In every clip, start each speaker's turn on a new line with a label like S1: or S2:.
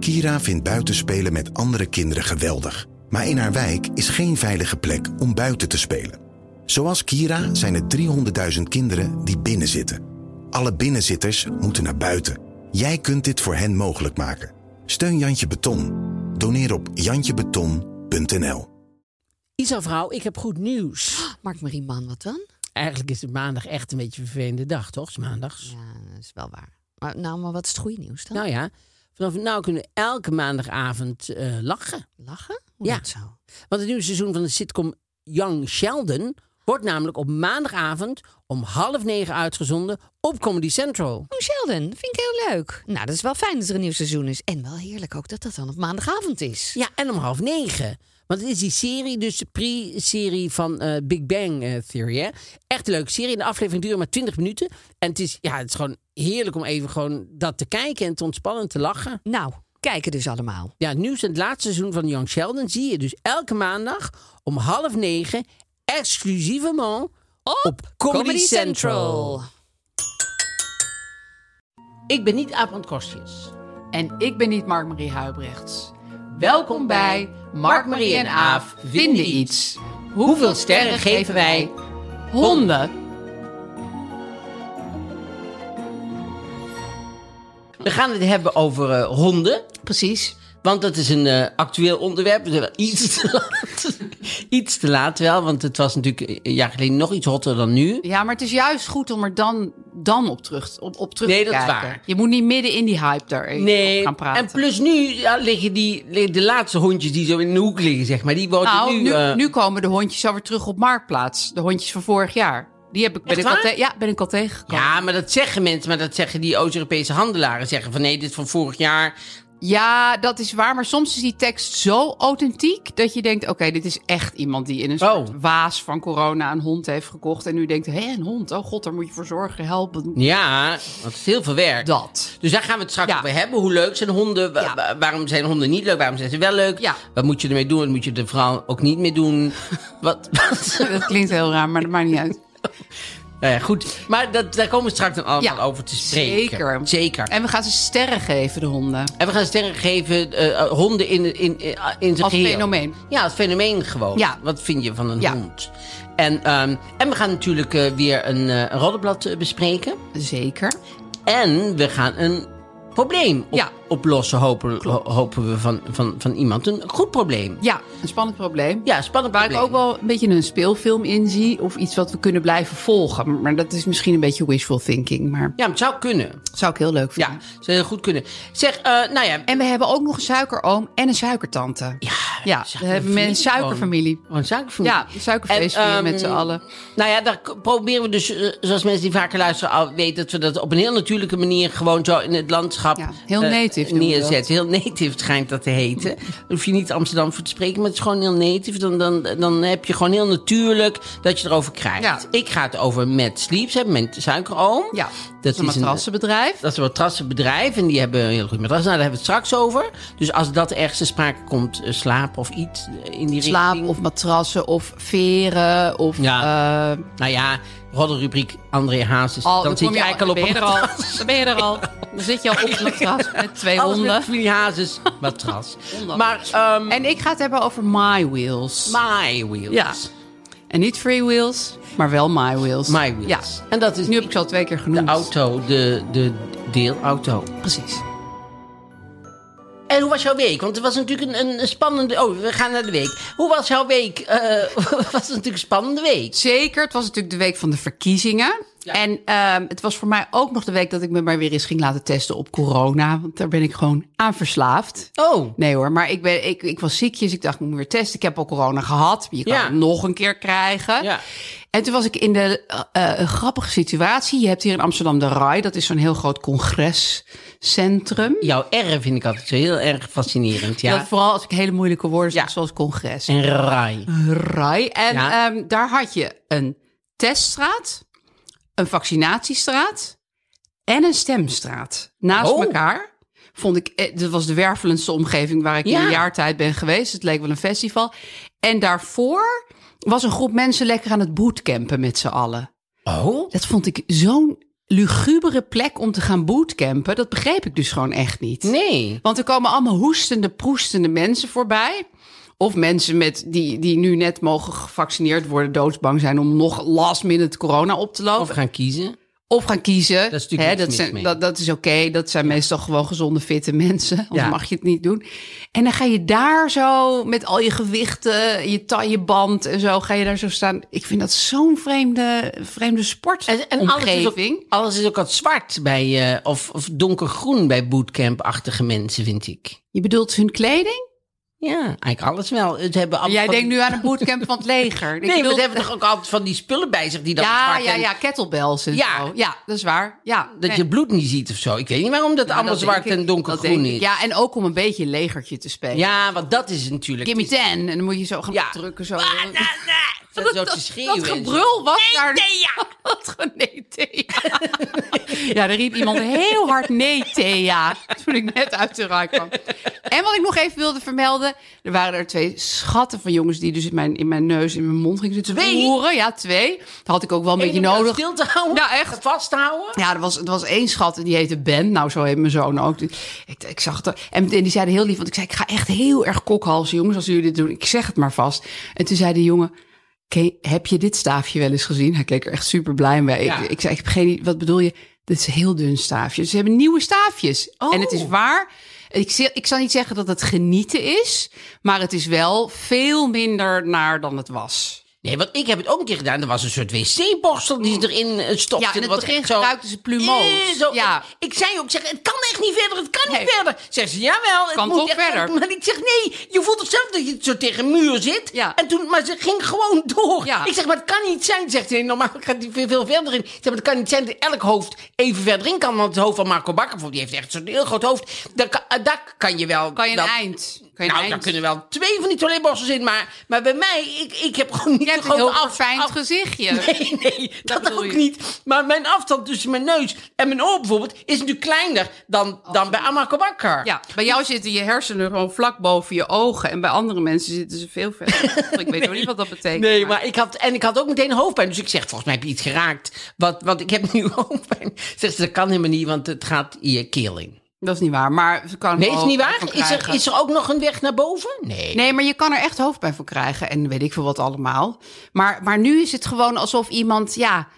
S1: Kira vindt buitenspelen met andere kinderen geweldig. Maar in haar wijk is geen veilige plek om buiten te spelen. Zoals Kira zijn er 300.000 kinderen die binnenzitten. Alle binnenzitters moeten naar buiten. Jij kunt dit voor hen mogelijk maken. Steun Jantje Beton. Doneer op jantjebeton.nl.
S2: Isa vrouw, ik heb goed nieuws.
S3: Mark Marie Man, wat dan?
S2: Eigenlijk is het maandag echt een beetje een vervelende dag, toch? Het is maandags.
S3: Ja, dat is wel waar. Maar, nou, maar wat is het goede nieuws dan?
S2: Nou ja, vanaf nu kunnen we elke maandagavond eh, lachen.
S3: Lachen? Hoe
S2: Ja.
S3: dat zo? Oh,
S2: Want het nieuwe seizoen van de sitcom Young Sheldon wordt namelijk op maandagavond om half negen uitgezonden op Comedy Central.
S3: Oh, Sheldon, vind ik heel leuk. Nou, dat is wel fijn dat er een nieuw seizoen is. En wel heerlijk ook dat dat dan op maandagavond is.
S2: Ja, en om half negen. Want het is die serie, dus de pre-serie van eh, Big Bang eh, Theory. Hè? Echt een leuke serie. En de aflevering duurt maar 20 minuten. En het is, ja, het is gewoon heerlijk om even gewoon dat te kijken en te ontspannen en te lachen.
S3: Nou, kijken dus allemaal.
S2: Ja, het nieuws en het laatste seizoen van Young Sheldon zie je dus elke maandag om half negen exclusievement op, Comedy, Central. Ik ben niet Abrand Kostjes.
S4: En ik ben niet Mark-Marie Huibrechts. Welkom bij Mark-Marie en Aaf vinden iets. Hoeveel sterren geven wij? Honden.
S2: We gaan het hebben over eh, honden.
S4: Precies.
S2: Want dat is een eh, actueel onderwerp. Het is wel Iets te laat. iets te laat wel, want het was natuurlijk een jaar geleden nog iets hotter dan nu.
S4: Ja, maar het is juist goed om er dan, dan op terug, op, op terug
S2: Nee,
S4: te
S2: dat is
S4: kijken.
S2: waar.
S4: Je moet niet midden in die hype daar
S2: Nee,
S4: op gaan praten.
S2: en plus nu ja, liggen die, liggen de laatste hondjes die zo in de hoek liggen, zeg maar. Die worden
S4: nou, nu,
S2: nu... eh,
S4: nu komen de hondjes alweer terug op Marktplaats. De hondjes van vorig jaar. Die heb ik, ben,
S2: Echt
S4: ik al,
S2: waar?
S4: te- ja, ben ik al tegengekomen.
S2: Ja, maar dat zeggen mensen, maar dat zeggen die Oost-Europese handelaren. Zeggen van nee, dit is van vorig jaar.
S4: Ja, dat is waar. Maar soms is die tekst zo authentiek dat je denkt: oké, dit is echt iemand die in een
S2: Oh.
S4: soort waas van corona een hond heeft gekocht. En nu denkt: hé, een hond. Oh god, daar moet je voor zorgen. Helpen.
S2: Ja, want het is heel veel werk.
S4: Dat.
S2: Dus daar gaan we het straks
S4: Ja.
S2: over hebben. Hoe leuk zijn honden? Wa-
S4: Ja.
S2: wa- waarom zijn honden niet leuk? Waarom zijn ze wel leuk?
S4: Ja.
S2: Wat moet je ermee doen? Wat moet je er vooral ook niet mee doen? wat, wat?
S4: Dat klinkt heel raar, maar dat maakt niet uit.
S2: Nou ja, goed. Maar dat, daar komen we straks dan allemaal
S4: Ja,
S2: over te spreken.
S4: zeker.
S2: Zeker. En,
S4: En we gaan ze sterren geven, de honden.
S2: we gaan sterren geven eh, eh, honden in, in, in, in zijn
S4: Als
S2: geheel.
S4: fenomeen.
S2: Ja, als fenomeen gewoon.
S4: Ja.
S2: Wat vind je van een
S4: Ja.
S2: hond? En, ehm, en we gaan natuurlijk eh, weer een, eh, een roddelblad eh, bespreken.
S4: Zeker.
S2: En we gaan een probleem op-
S4: Ja.
S2: oplossen, hopen, ho- hopen we van, van, van iemand. Een goed probleem.
S4: Ja, een spannend probleem.
S2: Ja, spannend
S4: Waar ik
S2: probleem.
S4: ook wel een beetje een speelfilm in zie. Of iets wat we kunnen blijven volgen. Maar dat is misschien een beetje wishful thinking. Maar
S2: Ja, het zou kunnen.
S4: zou ik heel leuk
S2: Ja,
S4: vinden.
S2: het zou heel goed kunnen. Zeg, eh, nou ja,
S4: En we hebben ook nog een suikeroom en een suikertante. Ja, we hebben met een suikerfamilie.
S2: Gewoon een suikerfamilie.
S4: Ja, een suikerfeestje
S2: En, ehm,
S4: met z'n allen.
S2: Nou ja, daar k- proberen we dus, eh, zoals mensen die vaker luisteren al weten, dat we dat op een heel natuurlijke manier gewoon zo in het landschap
S4: Ja, heel
S2: eh,
S4: native noemen we dat.
S2: neerzetten. Heel native schijnt dat te heten. Daar hoef je niet Amsterdam voor te spreken, maar het is gewoon heel native. Dan, dan, dan heb je gewoon heel natuurlijk dat je erover krijgt.
S4: Ja.
S2: Ik ga het over Mad Sleeps hebben, mijn suikeroom.
S4: Ja,
S2: dat
S4: een
S2: is een eh,
S4: matrassenbedrijf.
S2: dat is een matrassenbedrijf en die hebben een heel goed matras. Nou, daar hebben we het straks over. Dus als dat ergens te sprake komt, eh, slaap of iets eh, in die
S4: Slaap
S2: richting.
S4: of matrassen of veren of...
S2: Ja.
S4: eh,
S2: Nou ja, roddelrubriek André Haas. Dus
S4: al,
S2: dan zit
S4: kom
S2: je eigenlijk al op een
S4: ben je er al.
S2: matras.
S4: Dan ben je er al. Dan zit je al op het matras met twee
S2: Alles met
S4: honden.
S2: familie Hazes matras.
S4: Honden.
S2: maar ehm
S4: En ik ga het hebben over My Wheels.
S2: My Wheels.
S4: Ja. En niet Free Wheels, maar wel My Wheels.
S2: My Wheels.
S4: Ja.
S2: En dat is
S4: Nu heb ik ze al twee keer
S2: de
S4: genoemd.
S2: auto, de, de deelauto.
S4: Precies.
S2: En hoe was jouw week? Want het was natuurlijk een, een spannende... Oh, we gaan naar de week. Hoe was jouw week? Eh, was het natuurlijk een spannende week.
S4: Zeker, het was natuurlijk de week van de verkiezingen. En ehm, het was voor mij ook nog de week dat ik me maar weer eens ging laten testen op corona. Want daar ben ik gewoon aan verslaafd.
S2: Oh.
S4: Nee hoor, maar ik, ben, ik, ik was ziekjes. Ik dacht, ik moet me weer testen. Ik heb al corona gehad. Je kan
S2: Ja.
S4: het nog een keer krijgen.
S2: Ja.
S4: En toen was ik in de eh, eh, een grappige situatie. Je hebt hier in Amsterdam de RAI. Dat is zo'n heel groot congrescentrum.
S2: Jouw R vind ik altijd zo heel erg fascinerend. Ja.
S4: Dat vooral als ik hele moeilijke woorden zeg,
S2: Ja.
S4: zoals congres.
S2: En raai.
S4: Rai. En
S2: Ja.
S4: ehm, daar had je een teststraat, een vaccinatiestraat en een stemstraat naast
S2: Oh.
S4: elkaar. Vond ik, eh, dat was de wervelendste omgeving waar ik in
S2: Ja.
S4: een jaar tijd ben geweest. Het leek wel een festival. En daarvoor was een groep mensen lekker aan het bootcampen met z'n allen.
S2: Oh?
S4: Dat vond ik zo'n lugubere plek om te gaan bootcampen, dat begreep ik dus gewoon echt niet.
S2: Nee.
S4: Want er komen allemaal hoestende, proestende mensen voorbij. Of mensen met, die, die nu net mogen gevaccineerd worden, doodsbang zijn om nog last minute corona op te lopen.
S2: Of gaan kiezen.
S4: Of gaan kiezen.
S2: is natuurlijk
S4: Hè,
S2: niks
S4: dat,
S2: mis mee.
S4: zijn, dat, dat is oké. Dat zijn meestal gewoon gezonde, fitte mensen. Anders
S2: Ja.
S4: mag je het niet doen. En dan ga je daar zo met al je gewichten, je tailleband en zo, ga je daar zo staan. Ik vind dat zo'n vreemde, vreemde sport.
S2: alles is, ook, alles is ook wat zwart bij, eh, of, of donkergroen bij bootcamp-achtige mensen, vind ik.
S4: Je bedoelt hun kleding?
S2: Ja, eigenlijk alles wel. Het hebben allemaal
S4: Jij
S2: van
S4: denkt
S2: die-
S4: nu aan een bootcamp van het leger. Ik
S2: Nee, maar
S4: bedoel-
S2: ze hebben toch ook altijd van die spullen bij zich die dan
S4: ja,
S2: zwart
S4: ja,
S2: en-
S4: ja, kettlebells en
S2: Ja.
S4: zo. Ja, dat is waar. Ja,
S2: Dat
S4: nee.
S2: je bloed niet ziet of zo. Ik weet niet waarom dat
S4: Ja,
S2: allemaal
S4: dat
S2: zwart
S4: denk ik.
S2: en
S4: Dat
S2: donkergroen
S4: denk ik.
S2: is. Ja.
S4: Ja, en ook om een beetje een legertje te spelen.
S2: want dat is natuurlijk...
S4: Give me ten. En dan moet je zo gaan
S2: Ja. Ah,
S4: drukken. Zo.
S2: Dat, zo te schreeuwen.
S4: Wat
S2: en zo.
S4: gebrul was daar.
S2: Thea!
S4: Wat ge- nee, Thea. ja, er riep iemand heel hard nee, Thea. Toen ik net uit de raai kwam. En wat ik nog even wilde vermelden. Er waren er twee schatten van jongens die dus in mijn, in mijn neus, in mijn mond gingen zitten.
S2: Twee?
S4: Horen, ja, twee. Dat had ik ook wel een
S2: Eén
S4: beetje
S2: om jou
S4: nodig.
S2: stil te houden?
S4: Nou, echt.
S2: Vasthouden?
S4: Ja, er was, er was één schat en die heette Ben. Nou, zo heet mijn zoon ook. Die- Ik, ik zag het. er- En, en die zeiden heel lief, want ik zei, ik ga echt heel erg kokhalzen, jongens, als jullie dit doen. Ik zeg het maar vast. En toen zei de jongen, "Ken- heb je dit staafje wel eens gezien? Hij keek er echt super blij bij.
S2: Ja.
S4: Ik, ik zei, ik heb geen idee, wat bedoel je? Dit is een heel dun staafje. Ze hebben nieuwe staafjes.
S2: Oh.
S4: En het is waar. Ik, zi- ik zal niet zeggen dat het genieten is, maar het is wel veel minder naar dan het was.
S2: Nee, want ik heb het ook een keer gedaan. Er was een soort wc-borstel die ze erin eh, stopte.
S4: Ja, in dus het
S2: Wat
S4: begin
S2: echt zo-
S4: gebruikten ze plumeaus.
S2: Eh, zo-
S4: Ja.
S2: Ik, ik zei ook, zeg, het kan echt niet verder, het kan
S4: Nee.
S2: niet verder. Zeg ze, jawel, het
S4: Kan
S2: moet
S4: toch
S2: echt-
S4: verder?
S2: Maar ik zeg, nee, je voelt toch zelf dat je zo tegen een muur zit?
S4: Ja.
S2: En toen, maar ze ging gewoon door.
S4: Ja.
S2: Ik zeg, maar het kan niet zijn, zegt ze. Nee, Normaal gaat die veel, veel verder in. Ik zeg, maar het kan niet zijn dat elk hoofd even verder in kan. Want het hoofd van Marco Bakker, bijvoorbeeld, die heeft echt zo'n heel groot hoofd. Daar, kan- eh, daar kan je wel...
S4: Kan je een
S2: dat-
S4: eind? Kan je
S2: nou,
S4: een
S2: daar
S4: eind?
S2: kunnen wel twee van die toiletborstels in, maar, maar bij mij, ik, ik heb gewoon niet
S4: Je
S2: een
S4: hebt een heel
S2: af-
S4: verfijnd
S2: af-
S4: gezichtje.
S2: Nee, nee, dat,
S4: bedoel
S2: ook
S4: je.
S2: niet. Maar mijn afstand tussen mijn neus en mijn oor bijvoorbeeld is natuurlijk kleiner dan, dan bij Amako Bakker.
S4: Oh, Ja, bij jou zitten je hersenen gewoon vlak boven je ogen. En bij andere mensen zitten ze veel verder. Ik weet ook niet wat dat betekent.
S2: Nee, maar ik had, en ik had ook meteen hoofdpijn. Dus ik zeg, volgens mij heb je iets geraakt. Want, want ik heb nu hoofdpijn. Zegt ze, dat kan helemaal niet, want het gaat in je keel in.
S4: Dat is niet waar. Maar ze Oh, kan er
S2: Nee, is niet
S4: hoofdpijn
S2: waar?
S4: van
S2: Is er,
S4: krijgen.
S2: is er ook nog een weg naar boven? Nee.
S4: Nee, maar je kan er echt hoofdpijn van krijgen. En weet ik veel wat allemaal. Maar, maar nu is het gewoon alsof iemand, ja,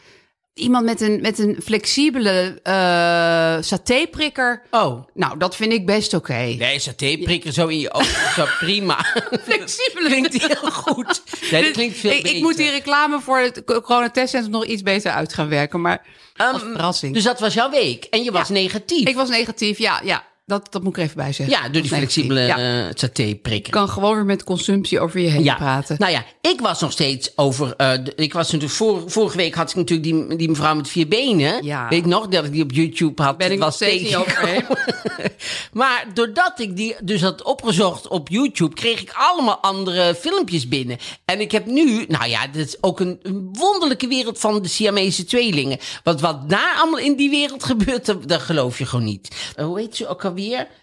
S4: iemand met een, met een flexibele eh satéprikker.
S2: Oh.
S4: Nou, dat vind ik best oké.
S2: Nee, satéprikker zo in je ogen. Zo prima.
S4: Flexibele
S2: Klinkt heel goed. Nee, dat
S4: Dit-
S2: klinkt veel
S4: Dus ik, ik
S2: beter.
S4: moet die reclame voor het co- coronatestcentrum nog iets beter uit gaan werken. Maar als verrassing.
S2: Dus dat was jouw week. En je was negatief.
S4: Ik was negatief, ja. ja. Dat, dat moet ik er even bij zeggen.
S2: ja, door die
S4: Ik was negatief,
S2: flexibele
S4: ja.
S2: eh satéprikker.
S4: Ik kan gewoon weer met consumptie over je heen
S2: ja.
S4: praten.
S2: Nou ja, ik was nog steeds over. eh, de- ik was natuurlijk vor- vorige week had ik natuurlijk die, die mevrouw met vier benen.
S4: Ja.
S2: Weet ik nog dat ik die op YouTube had.
S4: ben ik
S2: was
S4: nog steeds niet
S2: tegengekomen.
S4: overheen.
S2: maar doordat ik die dus had opgezocht op YouTube, kreeg ik allemaal andere filmpjes binnen. En ik heb nu, nou ja, dit is ook een, een wonderlijke wereld van de Siamese tweelingen. Want wat daar allemaal in die wereld gebeurt, dat, dat geloof je gewoon niet. Eh, hoe heet ze ook alweer?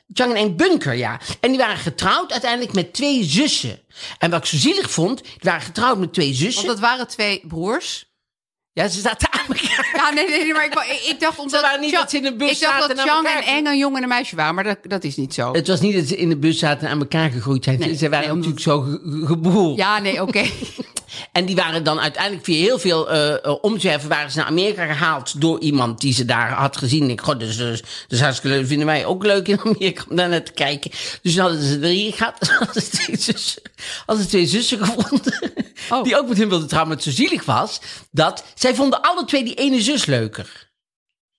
S2: Jang en Bunker, ja. En die waren getrouwd uiteindelijk met twee zussen. En wat ik zo zielig vond, die waren getrouwd met twee zussen.
S4: Want dat waren twee broers.
S2: Ja, ze zaten aan elkaar.
S4: Ja, nee, nee, nee, maar ik, wou- ik- ik dacht omdat...
S2: waren niet
S4: Chang-
S2: dat ze in een bus
S4: Ik dacht
S2: zaten
S4: dat
S2: en aan
S4: Chang en
S2: elkaar-
S4: Eng een jongen en een meisje waren, maar dat, dat is niet zo.
S2: Het was niet dat ze in de bus zaten en aan elkaar gegroeid zijn. ze waren
S4: nee, omdat-
S2: natuurlijk zo ge- ge- geboren.
S4: Ja, nee, oké.
S2: En die waren dan uiteindelijk via heel veel eh, eh, omzwerven waren ze naar Amerika gehaald door iemand die ze daar had gezien. Ik, denk, god, dus, dus, dus hartstikke leuk. Vinden wij ook leuk in Amerika om daar naar te kijken. Dus dan hadden ze drie gehad. Dan hadden ze twee zussen, hadden ze twee zussen gevonden.
S4: Oh.
S2: Die ook met hun wilden trouwen, maar het zo zielig was. Dat zij vonden alle twee die ene zus leuker.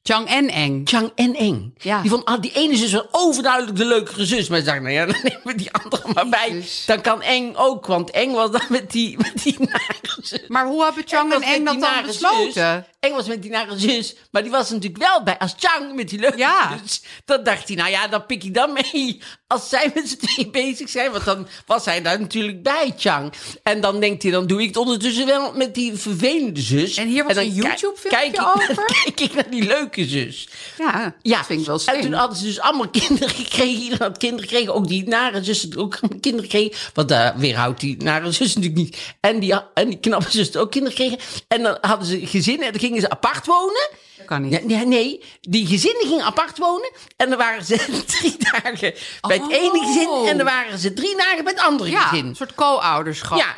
S4: Chang en Eng.
S2: Chang en Eng.
S4: Ja.
S2: Die van ah, die ene zus was overduidelijk de leukere zus. Maar ze dachten, nou ja, dan nemen we die andere maar bij.
S4: Jezus.
S2: Dan kan Eng ook, want Eng was dan met die, met die nare zus.
S4: Maar hoe hebben Chang en
S2: was
S4: Eng
S2: met
S4: dat
S2: die
S4: dan
S2: nare
S4: besloten?
S2: zus. Eng was met die nare zus. Maar die was er natuurlijk wel bij. Als Chang met die leuke
S4: Ja.
S2: zus. Dan dacht hij, nou ja, dan pik ik dan mee. als zij met z'n tweeën bezig zijn, want dan was hij daar natuurlijk bij, Chang. En dan denkt hij, dan doe ik het ondertussen wel met die vervelende zus.
S4: En hier was
S2: dan
S4: een
S2: ki-
S4: YouTube-filmpje
S2: kijk ik-
S4: over.
S2: kijk ik naar die leuke zus.
S4: Ja,
S2: dus. Ja,
S4: dat vind ik wel slim.
S2: en toen hadden ze dus allemaal kinderen gekregen. Iedereen had kinderen gekregen. Ook die nare zus had ook allemaal kinderen gekregen. Want daar weerhoudt die nare zus natuurlijk niet. En die, en die knappe zus had ook kinderen gekregen. En dan hadden ze gezinnen en dan gingen ze apart wonen.
S4: Dat kan niet.
S2: Ja, nee, nee, die gezinnen gingen apart wonen. En dan waren ze drie dagen bij het
S4: Oh.
S2: ene gezin. En dan waren ze drie dagen bij het andere
S4: Ja,
S2: gezin.
S4: een soort co-ouderschap.
S2: Ja.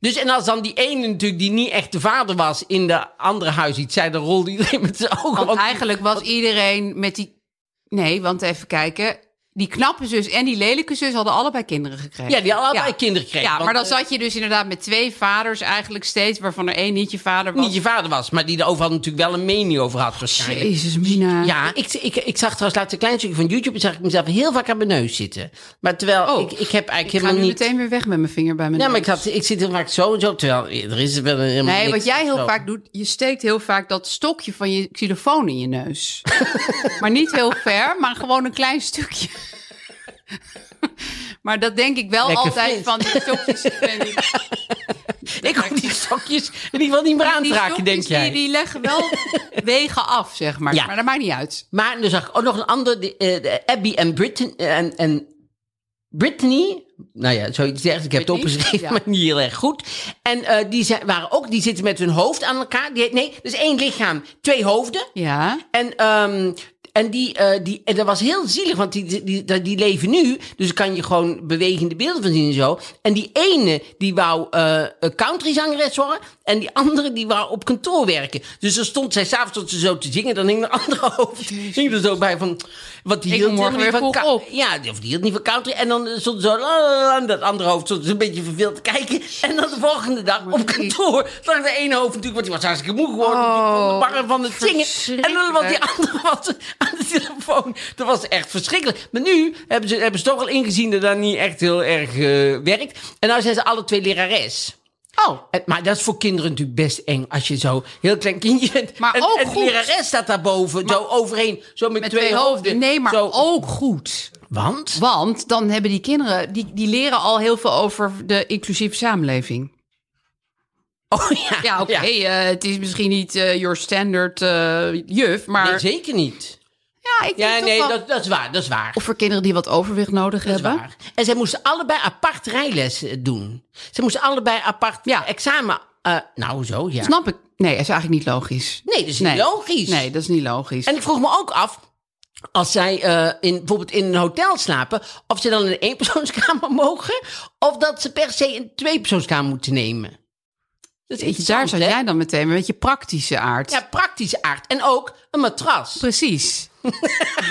S2: Dus en als dan die ene natuurlijk die niet echt de vader was in de andere huis iets zei, dan rolde iedereen met zijn ogen.
S4: Want
S2: want-
S4: eigenlijk was iedereen met die... Nee, want even kijken. Die knappe zus en die lelijke zus hadden allebei kinderen gekregen.
S2: ja, die hadden allebei
S4: Ja.
S2: kinderen gekregen.
S4: Ja,
S2: want,
S4: maar dan
S2: eh,
S4: zat je dus inderdaad met twee vaders eigenlijk steeds... waarvan er één niet je vader was.
S2: niet je vader was, maar die er overal natuurlijk wel een mening over had waarschijnlijk.
S4: Jezus, Mina.
S2: Ja, ik, ik, ik zag trouwens laatst een klein stukje van YouTube en zag ik mezelf heel vaak aan mijn neus zitten. Maar terwijl
S4: Oh,
S2: ik, ik heb eigenlijk
S4: Ik ga nu
S2: helemaal niet...
S4: meteen weer weg met mijn vinger bij mijn
S2: Ja, maar
S4: neus.
S2: ik, had, ik zit heel vaak zo en zo, terwijl er is wel een helemaal
S4: Nee,
S2: niks
S4: wat jij heel
S2: zo.
S4: vaak doet, je steekt heel vaak dat stokje van je xylofoon in je neus. maar niet heel ver, maar gewoon een klein stukje. maar dat denk ik wel
S2: Lekker
S4: altijd
S2: fris.
S4: van die stokjes. ik weet niet.
S2: Ik hoef die stokjes in ieder geval niet meer aan te
S4: die
S2: raken, denk
S4: stokjes
S2: jij.
S4: Die, die leggen wel wegen af, zeg maar.
S2: Ja.
S4: Maar dat maakt niet uit.
S2: Maar en dan zag ik ook nog een ander, die, eh, de Abby en Britney. eh, En, en Britney, nou ja, zoiets dergelijks. Ik heb het
S4: Britney?
S2: opgeschreven,
S4: Ja.
S2: maar niet heel erg goed. En eh, die zijn, waren ook, die zitten met hun hoofd aan elkaar. Die, nee, dus één lichaam, twee hoofden.
S4: Ja.
S2: En, ehm, en, die, eh, die, en dat was heel zielig, want die, die, die, die leven nu. Dus daar kan je gewoon bewegende beelden van zien en zo. En die ene, die wou eh countryzangeres worden. En die andere, die wou op kantoor werken. Dus dan stond zij s'avonds tot ze zo te zingen. Dan hing de andere hoofd hing er zo bij van... Wat die
S4: Ik
S2: hield
S4: moet morgen
S2: helemaal niet
S4: weer
S2: van
S4: vroeg
S2: cou- Ja, of die hield niet van country. En dan eh, stond ze zo... la, la, la, en dat andere hoofd stond ze een beetje verveeld te kijken. En dan de volgende dag op kantoor... lag de ene hoofd natuurlijk... want die was hartstikke moe geworden. natuurlijk
S4: Oh,
S2: van de barren van het zingen. En dan wat die
S4: Eh.
S2: andere was aan de telefoon. Dat was echt verschrikkelijk. Maar nu hebben ze, hebben ze toch al ingezien dat dat niet echt heel erg eh, werkt. En nou zijn ze alle twee lerares.
S4: Oh,
S2: En- maar dat is voor kinderen natuurlijk best eng als je zo heel klein kindje bent.
S4: Maar
S2: en,
S4: ook
S2: en de
S4: goed.
S2: lerares staat daarboven, zo overheen, zo met,
S4: met
S2: twee, hoofden.
S4: Nee, maar
S2: zo.
S4: ook goed.
S2: Want?
S4: Want dan hebben die kinderen, die, die leren al heel veel over de inclusieve samenleving.
S2: Oh ja.
S4: Ja, oké. eh, het is misschien niet eh your standard eh, juf, maar
S2: Nee, zeker niet.
S4: ja, ik denk
S2: Ja,
S4: toch
S2: nee,
S4: wel-
S2: dat, dat is waar, dat is waar.
S4: Of voor kinderen die wat overwicht nodig
S2: Dat is
S4: hebben.
S2: waar. En zij moesten allebei apart rijles eh, doen. Ze moesten allebei apart
S4: Ja.
S2: examen. eh, nou, zo ja.
S4: Snap ik? Nee, dat is eigenlijk niet logisch.
S2: Nee, dat is niet logisch.
S4: Nee, dat is niet logisch.
S2: En ik vroeg me ook af. Als zij eh, in, bijvoorbeeld in een hotel slapen, of ze dan in een eenpersoonskamer mogen, of dat ze per se een tweepersoonskamer moeten nemen. Dat is
S4: Daar
S2: interessant,
S4: zat
S2: hè?
S4: jij dan meteen met je praktische aard.
S2: Ja, praktische aard. En ook een matras.
S4: precies.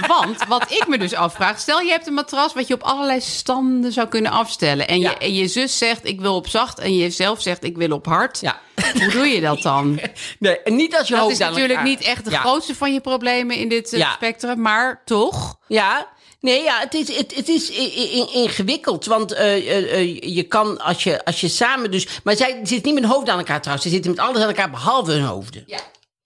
S4: Want wat ik me dus afvraag, stel je hebt een matras wat je op allerlei standen zou kunnen afstellen. En,
S2: Ja.
S4: je, en je zus zegt ik wil op zacht en je zelf zegt ik wil op hard.
S2: Ja.
S4: Hoe doe je dat dan?
S2: Nee, en niet als je
S4: Dat
S2: hoofd
S4: is
S2: aan
S4: natuurlijk
S2: elkaar-
S4: niet echt de
S2: Ja.
S4: grootste van je problemen in dit eh,
S2: Ja.
S4: spectrum, maar toch.
S2: Ja, nee, ja, het is, het, het is i- i- i- ingewikkeld. Want eh, eh, eh, je kan als je, als je samen dus. Maar zij zit niet met hun hoofd aan elkaar trouwens. Ze zitten met alles aan elkaar behalve hun hoofden. Ja,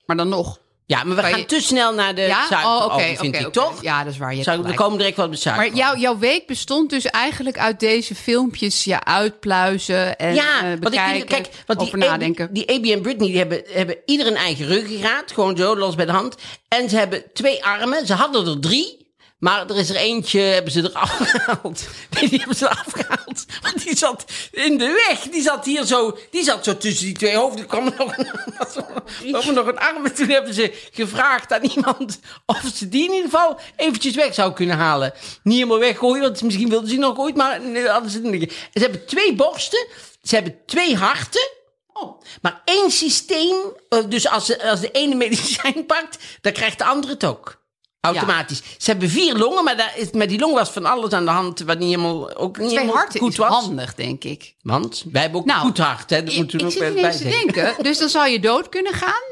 S4: Maar dan nog.
S2: maar we
S4: Kan
S2: gaan
S4: je-
S2: te snel naar de
S4: ja,
S2: Eh, suiker
S4: oh, oké.
S2: over,
S4: oké,
S2: vind ik
S4: oké.
S2: toch?
S4: Ja, dat is waar. Je hebt
S2: Zou, er
S4: gelijk.
S2: komen direct wat met suiker.
S4: Maar jouw, jouw week bestond dus eigenlijk uit deze filmpjes, ja, uitpluizen en
S2: ja,
S4: eh,
S2: want ik
S4: bekijken,
S2: vind, kijk, want
S4: over
S2: die
S4: nadenken.
S2: AB, die AB en Britney die hebben, hebben ieder een eigen ruggengraat, gewoon zo los bij de hand. En ze hebben twee armen, ze hadden er drie. Maar er is er eentje, hebben ze eraf gehaald. Nee, die hebben ze eraf gehaald. Want die zat in de weg. Die zat hier zo, die zat zo tussen die twee hoofden. Er kwam er nog een, was er- kwam er nog een arm. En toen hebben ze gevraagd aan iemand of ze die in ieder geval eventjes weg zou kunnen halen. Niet helemaal weggooien, want misschien wilden ze die nog ooit, maar nee, hadden ze het niet. En Ze hebben twee borsten, ze hebben twee harten. Oh. Maar één systeem, eh, dus als, ze- als de ene medicijn pakt, dan krijgt de andere het ook. Automatisch. Ze hebben vier longen, maar daar is, met die long was van alles aan de hand wat niet helemaal, ook niet
S4: Twee
S2: helemaal
S4: harten
S2: goed
S4: is
S2: was.
S4: handig, denk ik.
S2: Want wij hebben ook
S4: Nou,
S2: een goed hart, hè? dat
S4: Ik,
S2: moeten we
S4: ik
S2: ook
S4: zit
S2: bij
S4: ineens te
S2: zeggen.
S4: denken, dus dan zal je dood kunnen gaan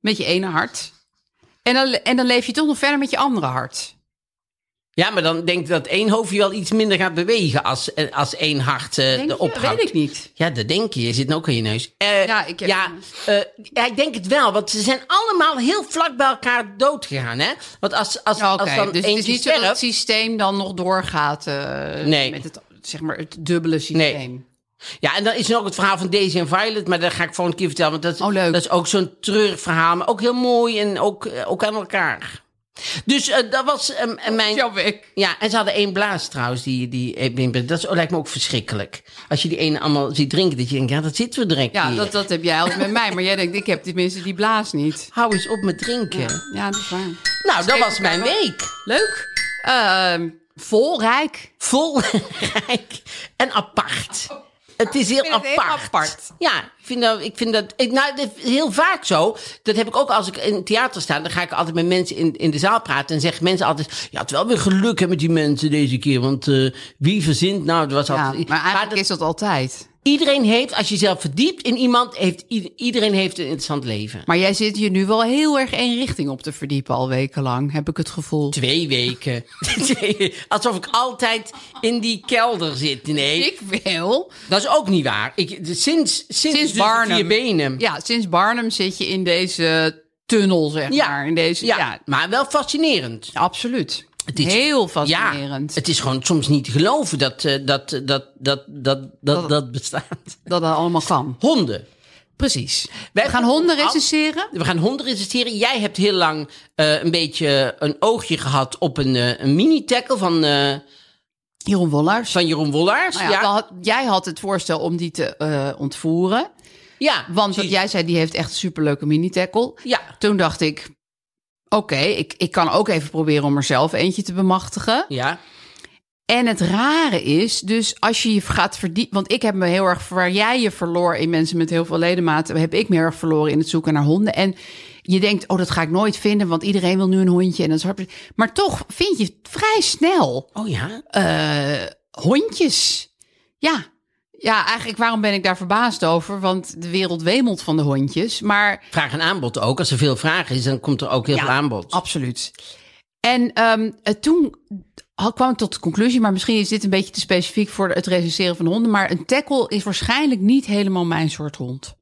S4: met je ene hart. En dan, en dan leef je toch nog verder met je andere hart.
S2: Ja, maar dan denk ik dat één hoofdje wel iets minder gaat bewegen als, eh, als één hart eh
S4: Denk je?
S2: erop
S4: Weet ik niet.
S2: Ja, dat denk je. Je zit nou ook in je neus. Eh,
S4: Ja, ik heb-
S2: ja, eh, ja, ik denk het wel. Want ze zijn allemaal heel vlak bij elkaar dood gegaan. Hè? Want als, als,
S4: Oké,
S2: als dan
S4: dus het is
S2: eentje
S4: niet zo dat het
S2: sterft...
S4: systeem dan nog doorgaat eh,
S2: Nee.
S4: met het, zeg maar, het dubbele systeem.
S2: Ja, en dan is er ook het verhaal van Daisy en Violet. Maar dat ga ik volgende keer vertellen. Want dat, is-
S4: Oh, leuk.
S2: dat is ook zo'n treurig verhaal. Maar ook heel mooi en ook, eh, ook aan elkaar. Dus eh, dat was eh, mijn...
S4: Jouw week.
S2: Ja, en ze hadden één blaas trouwens. Die, die, dat is, oh, lijkt me ook verschrikkelijk. Als je die ene allemaal ziet drinken, dat je denkt, ja, dat zitten we direct
S4: Ja,
S2: hier.
S4: dat, dat heb jij altijd met mij. Maar jij denkt, ik heb tenminste die blaas niet.
S2: Hou eens op met drinken.
S4: Ja, dat is waar.
S2: Nou, dat
S4: Schreef
S2: was
S4: ik
S2: mijn
S4: wel.
S2: week.
S4: Leuk. Ehm, volrijk.
S2: Vol, rijk en apart. Het is heel
S4: vind het heel
S2: apart.
S4: apart.
S2: Ja, ik vind dat, ik vind dat ik, nou, dat is heel vaak zo. Dat heb ik ook als ik in het theater sta. Dan ga ik altijd met mensen in, in de zaal praten. En zeggen mensen altijd, je had wel weer geluk hè, met die mensen deze keer. Want eh, wie verzint nou, dat was
S4: Ja, maar
S2: altijd...
S4: eigenlijk
S2: dat-
S4: is dat altijd.
S2: Iedereen heeft, als je jezelf verdiept in iemand, heeft i- iedereen heeft een interessant leven.
S4: Maar jij zit hier nu wel heel erg één richting op te verdiepen al wekenlang, heb ik het gevoel.
S2: Twee weken. Twee- Alsof ik altijd in die kelder zit. Nee,
S4: Ik wil.
S2: dat is ook niet waar. Ik, de- sinds, sinds,
S4: Sinds
S2: dus de
S4: Barnum.
S2: vier benen.
S4: Ja, sinds Barnum zit je in deze tunnel, zeg
S2: Ja.
S4: maar. In deze, ja.
S2: Ja, maar wel fascinerend.
S4: absoluut.
S2: Het is-
S4: heel
S2: Ja,
S4: fascinerend.
S2: het is gewoon soms niet te geloven dat eh, dat, dat, dat, dat, dat, dat,
S4: Dat-
S2: dat bestaat.
S4: Dat dat allemaal kan.
S2: Honden.
S4: Precies.
S2: Wij
S4: We gaan honden
S2: al-
S4: recenseren.
S2: We gaan honden recenseren. Jij hebt heel lang eh, een beetje een oogje gehad op een, eh, een mini-tackle van, eh,
S4: Jeroen Wollars.
S2: van Jeroen Wollaars.
S4: Nou ja, dan had- jij had het voorstel om die te eh, ontvoeren.
S2: Ja,
S4: Want wat
S2: precies.
S4: jij zei, die heeft echt een superleuke mini-tackle.
S2: Ja.
S4: Toen dacht ik, oké, ik, ik kan ook even proberen om er zelf eentje te bemachtigen.
S2: Ja.
S4: En het rare is, dus als je je gaat verdiepen... Want ik heb me heel erg... Waar jij je verloor in mensen met heel veel ledematen... heb ik me heel erg verloren in het zoeken naar honden. En je denkt, oh, dat ga ik nooit vinden... want iedereen wil nu een hondje en dat is hard. Maar toch vind je vrij snel
S2: Oh ja.
S4: eh, hondjes. Ja. ja, eigenlijk waarom ben ik daar verbaasd over? Want de wereld wemelt van de hondjes. Maar
S2: Vraag en aanbod ook. Als er veel vraag is, dan komt er ook heel veel aanbod.
S4: Oh. Absoluut. En ehm, eh, toen had- kwam ik tot de conclusie, maar misschien is dit een beetje te specifiek voor het recenseren van honden. Maar een tackle is waarschijnlijk niet helemaal mijn soort hond.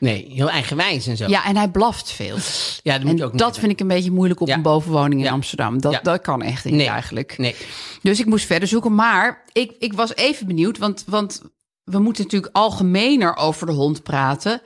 S2: Nee, heel eigenwijs en zo.
S4: Ja, en hij blaft veel.
S2: Ja, dat moet
S4: en
S2: je ook niet
S4: dat
S2: doen.
S4: vind ik een beetje moeilijk op
S2: Ja.
S4: een bovenwoning in
S2: Ja.
S4: Amsterdam. Dat,
S2: Ja.
S4: dat kan echt niet
S2: Nee.
S4: eigenlijk.
S2: Nee.
S4: Dus ik moest verder zoeken. Maar ik, ik was even benieuwd, want, want we moeten natuurlijk algemener over de hond praten.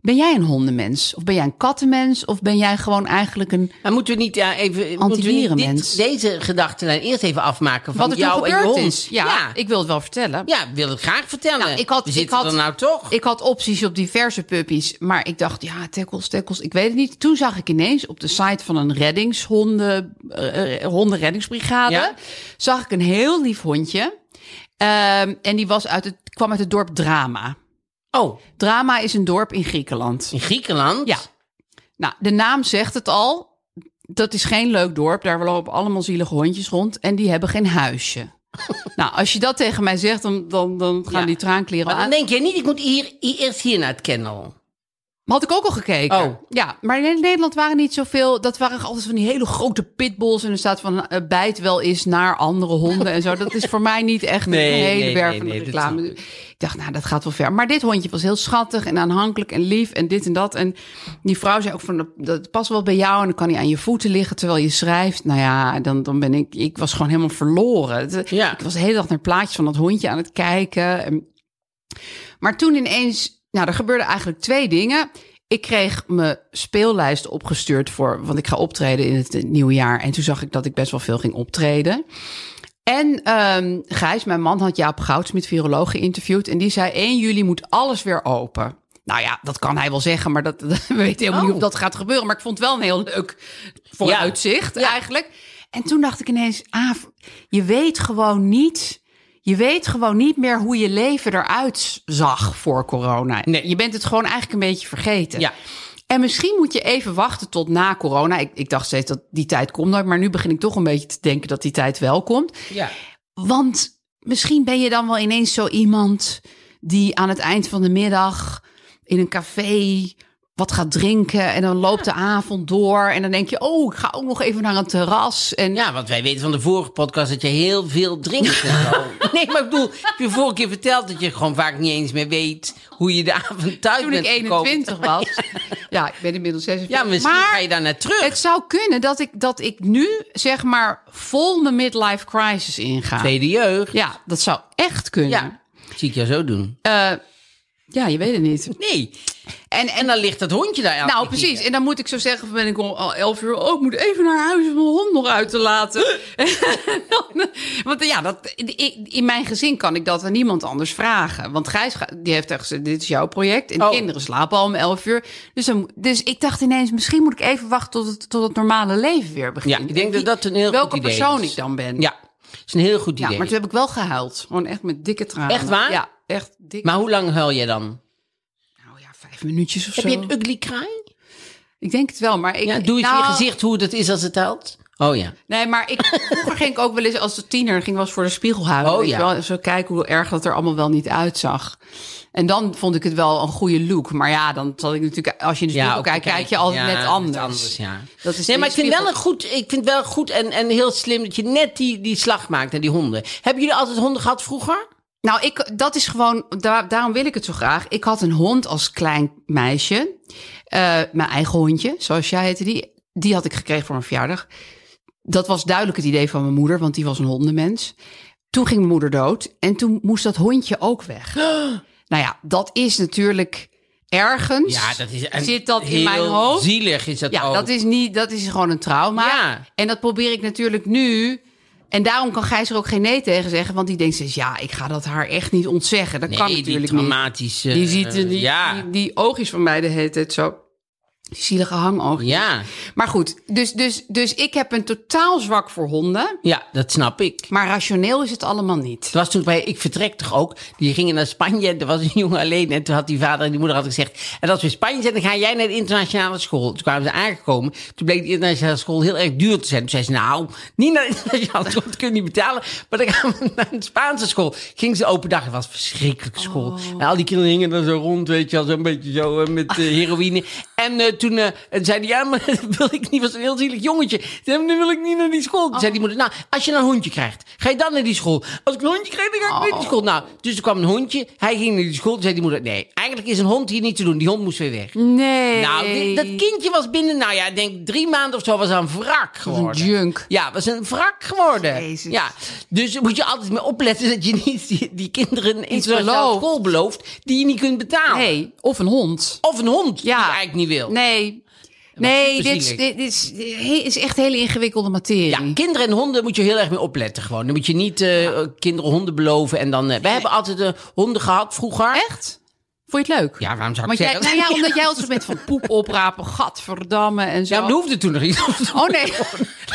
S4: Ben jij een hondenmens? Of ben jij een kattenmens? Of ben jij gewoon eigenlijk een...
S2: Maar moeten we niet ja, even... moeten we niet
S4: Anti-dierenmens.
S2: dit- Deze gedachtenlijn eerst even afmaken van
S4: Wat er
S2: jou
S4: toen
S2: en je
S4: gebeurd
S2: hond.
S4: is. Ja,
S2: ja.
S4: ik wil het wel vertellen.
S2: Ja, ik wil het graag vertellen.
S4: Nou, ik had-
S2: we
S4: ik
S2: zitten
S4: had-
S2: er nou toch.
S4: Ik had opties op diverse puppies, maar ik dacht, ja, tackles, tackles, ik weet het niet. Toen zag ik ineens op de site van een reddingshonden, eh, eh, hondenreddingsbrigade,
S2: Ja.
S4: zag ik een heel lief hondje. Ehm, en die was uit het, kwam uit het dorp Drama.
S2: Oh,
S4: Drama is een dorp in Griekenland.
S2: in Griekenland?
S4: Ja. Nou, de naam zegt het al. Dat is geen leuk dorp. Daar lopen allemaal zielige hondjes rond. En die hebben geen huisje. nou, als je dat tegen mij zegt, dan, dan, dan gaan
S2: Ja.
S4: die traankleren
S2: Maar
S4: aan.
S2: dan denk je niet, ik moet hier, hier- eerst hier naar het kennel.
S4: Had ik ook al gekeken.
S2: Oh.
S4: Ja, maar in Nederland waren niet zoveel. Dat waren altijd van die hele grote pitbulls. En er staat van eh, bijt wel eens naar andere honden en zo. Dat is voor mij niet echt
S2: Nee,
S4: een hele
S2: nee,
S4: wervende
S2: nee, nee, dat
S4: reclame.
S2: snap ik.
S4: Ik dacht, nou, dat gaat wel ver. Maar dit hondje was heel schattig en aanhankelijk en lief en dit en dat. En die vrouw zei ook van, dat- dat past wel bij jou. En dan kan hij aan je voeten liggen terwijl je schrijft. Nou ja, dan, dan ben ik... Ik was gewoon helemaal verloren. Het-
S2: Ja.
S4: Ik was de hele dag naar plaatjes van dat hondje aan het kijken. En maar toen ineens, nou, er gebeurden eigenlijk twee dingen. Ik kreeg mijn speellijst opgestuurd voor, want ik ga optreden in het eh, nieuwe jaar. En toen zag ik dat ik best wel veel ging optreden. En ehm Gijs, mijn man, had Jaap Goudsmit, viroloog, geïnterviewd. En die zei, 1 juli moet alles weer open. Nou ja, dat kan hij wel zeggen, maar dat, we weten helemaal niet of dat gaat gebeuren. Maar ik vond het wel een heel leuk vooruitzicht eigenlijk. En toen dacht ik ineens, ah, je weet gewoon niet... Je weet gewoon niet meer hoe je leven eruit zag voor corona.
S2: Nee.
S4: Je bent het gewoon eigenlijk een beetje vergeten.
S2: Ja.
S4: En misschien moet je even wachten tot na corona. Ik, ik dacht steeds dat die tijd komt nooit. Maar nu begin ik toch een beetje te denken dat die tijd wel komt.
S2: Ja.
S4: Want misschien ben je dan wel ineens zo iemand die aan het eind van de middag in een café wat gaat drinken. En dan loopt de avond door. En dan denk je, oh, ik ga ook nog even naar een terras. En
S2: Ja, want wij weten van de vorige podcast dat je heel veel drinkt. en zo. Nee, maar ik bedoel, ik heb je vorige keer verteld dat je gewoon vaak niet eens meer weet hoe je de avond thuis
S4: toen ik
S2: bent gekomen.
S4: 21 was. Ja, ik ben inmiddels 46.
S2: Ja, misschien
S4: Maar
S2: ga je daar naar terug.
S4: het zou kunnen dat ik, dat ik nu, zeg maar, vol mijn midlife crisis inga.
S2: Tweede jeugd.
S4: Ja, dat zou echt kunnen.
S2: Ja. Zie ik jou zo doen.
S4: Eh, ja, je weet het niet.
S2: Nee. En, en dan ligt dat hondje daar elke
S4: Nou,
S2: keer.
S4: precies. En dan moet ik zo zeggen, ben ik om al elf uur... Oh, ik moet even naar huis om mijn hond nog uit te laten. Dan- want ja, dat, ik- in mijn gezin kan ik dat aan niemand anders vragen. Want Gijs ga- die heeft echt gezegd, dit is jouw project. En de
S2: Oh.
S4: kinderen slapen al om elf uur. Dus, dan, dus ik dacht ineens, misschien moet ik even wachten... tot het, tot het normale leven weer begint.
S2: Ja, ik denk dat dat een heel
S4: Welke
S2: goed idee is.
S4: persoon ik dan ben.
S2: Ja, dat is een heel goed
S4: Ja,
S2: idee.
S4: maar toen heb ik wel gehuild. Gewoon echt met dikke tranen.
S2: Echt waar?
S4: Ja, echt dik.
S2: Maar hoe lang huil jij dan?
S4: nou ja, vijf minuutjes of
S2: Heb
S4: zo.
S2: je een ugly kraai?
S4: Ik denk het wel, maar ik...
S2: Ja, doe eens
S4: nou, Dus
S2: in je gezicht hoe dat is als het huilt. Oh ja.
S4: Nee, maar ik, vroeger ging ik ook wel eens als de tiener, ging wel eens voor de spiegel houden.
S2: Oh,
S4: weet
S2: ja.
S4: je wel, zo kijken hoe erg dat er allemaal wel niet uitzag. En dan vond ik het wel een goede look. Maar ja, dan zat ik natuurlijk, als je in de spiegel
S2: ook
S4: kijkt,
S2: bekijken.
S4: kijk je altijd
S2: Ja,
S4: net anders.
S2: ja.
S4: Dat is
S2: nee, maar ik
S4: die
S2: vind wel
S4: spiegel.
S2: een goed, ik vind wel goed en, en heel slim dat je net die, die slag maakt naar die honden. Hebben jullie altijd honden gehad vroeger?
S4: Nou, ik, dat is gewoon, daar, daarom wil ik het zo graag. Ik had een hond als klein meisje. Eh, mijn eigen hondje, zoals jij heette die. Die had ik gekregen voor mijn verjaardag. Dat was duidelijk het idee van mijn moeder, want die was een hondenmens. Toen ging mijn moeder dood en toen moest dat hondje ook weg. Nou ja, dat is natuurlijk ergens. zit dat in mijn hoofd.
S2: zielig is dat
S4: Ja, dat is, niet, dat is gewoon een trauma.
S2: Oh. Ja.
S4: En dat probeer ik natuurlijk nu. En daarom kan Gijs er ook geen nee tegen zeggen. Want die denkt steeds, ja, ik ga dat haar echt niet ontzeggen. Dat
S2: nee,
S4: kan
S2: die
S4: natuurlijk niet.
S2: traumatische... eh,
S4: Die ziet die, die,
S2: ja,
S4: die, oogjes van mij de hele tijd zo. Die zielige hangoogjes.
S2: ja,
S4: Maar goed, dus, dus, dus ik heb een totaal zwak voor honden.
S2: ja, dat snap ik.
S4: Maar rationeel is het allemaal niet.
S2: Het was toen bij Ik Vertrek toch ook. Die gingen naar Spanje. en Er was een jongen alleen. En toen had die vader en die moeder had gezegd. En als we in Spanje zijn, dan ga jij naar de internationale school. Toen kwamen ze aangekomen. Toen bleek de internationale school heel erg duur te zijn. Toen zei ze, nou, niet naar de internationale school. Dat kun je niet betalen. Maar dan gaan we naar een Spaanse school. Ging ze open dag. Het was een verschrikkelijke school. En al die kinderen hingen er zo rond, weet je wel. Zo'n beetje zo eh, met eh, heroïne. En eh, toen eh, zei hij, ja, maar dat wil ik niet. was een heel zielig jongetje. Toen zei hij, dan wil ik niet naar die school. Toen zei die moeder, nou, als je een hondje krijgt, ga je dan naar die school. Als ik een hondje krijg, dan ga ik naar die school. Nou, dus er kwam een hondje. Hij ging naar die school. Toen zei die moeder, nee, eigenlijk is een hond hier niet te doen. Die hond moest weer weg.
S4: Nee.
S2: Nou, di- dat kindje was binnen, nou ja, ik denk drie maanden of zo, was hij een wrak geworden.
S4: junk.
S2: Ja, was een wrak geworden.
S4: Jezus.
S2: Ja, dus moet je altijd mee opletten dat je niet die, die kinderen een internationale
S4: belooft.
S2: school belooft die je niet kunt betalen.
S4: Nee, of een hond.
S2: Of een hond nou. die
S4: Ja.
S2: je eigenlijk niet wil.
S4: Nee. Nee, dit, is-
S2: superzielig.
S4: dit, is, dit is echt hele ingewikkelde materie.
S2: Ja, kinderen en honden moet je heel erg mee opletten gewoon. Dan moet je niet eh, kinderen honden beloven en dan... eh, wij hebben altijd eh, honden gehad vroeger.
S4: Echt? Vond je het leuk?
S2: Ja, waarom zou ik
S4: Want jij,
S2: zeggen?
S4: nou ja, omdat jij altijd bent van poep oprapen, gadverdamme en zo.
S2: Ja, maar er hoefde toen nog iets op te
S4: Oh nee,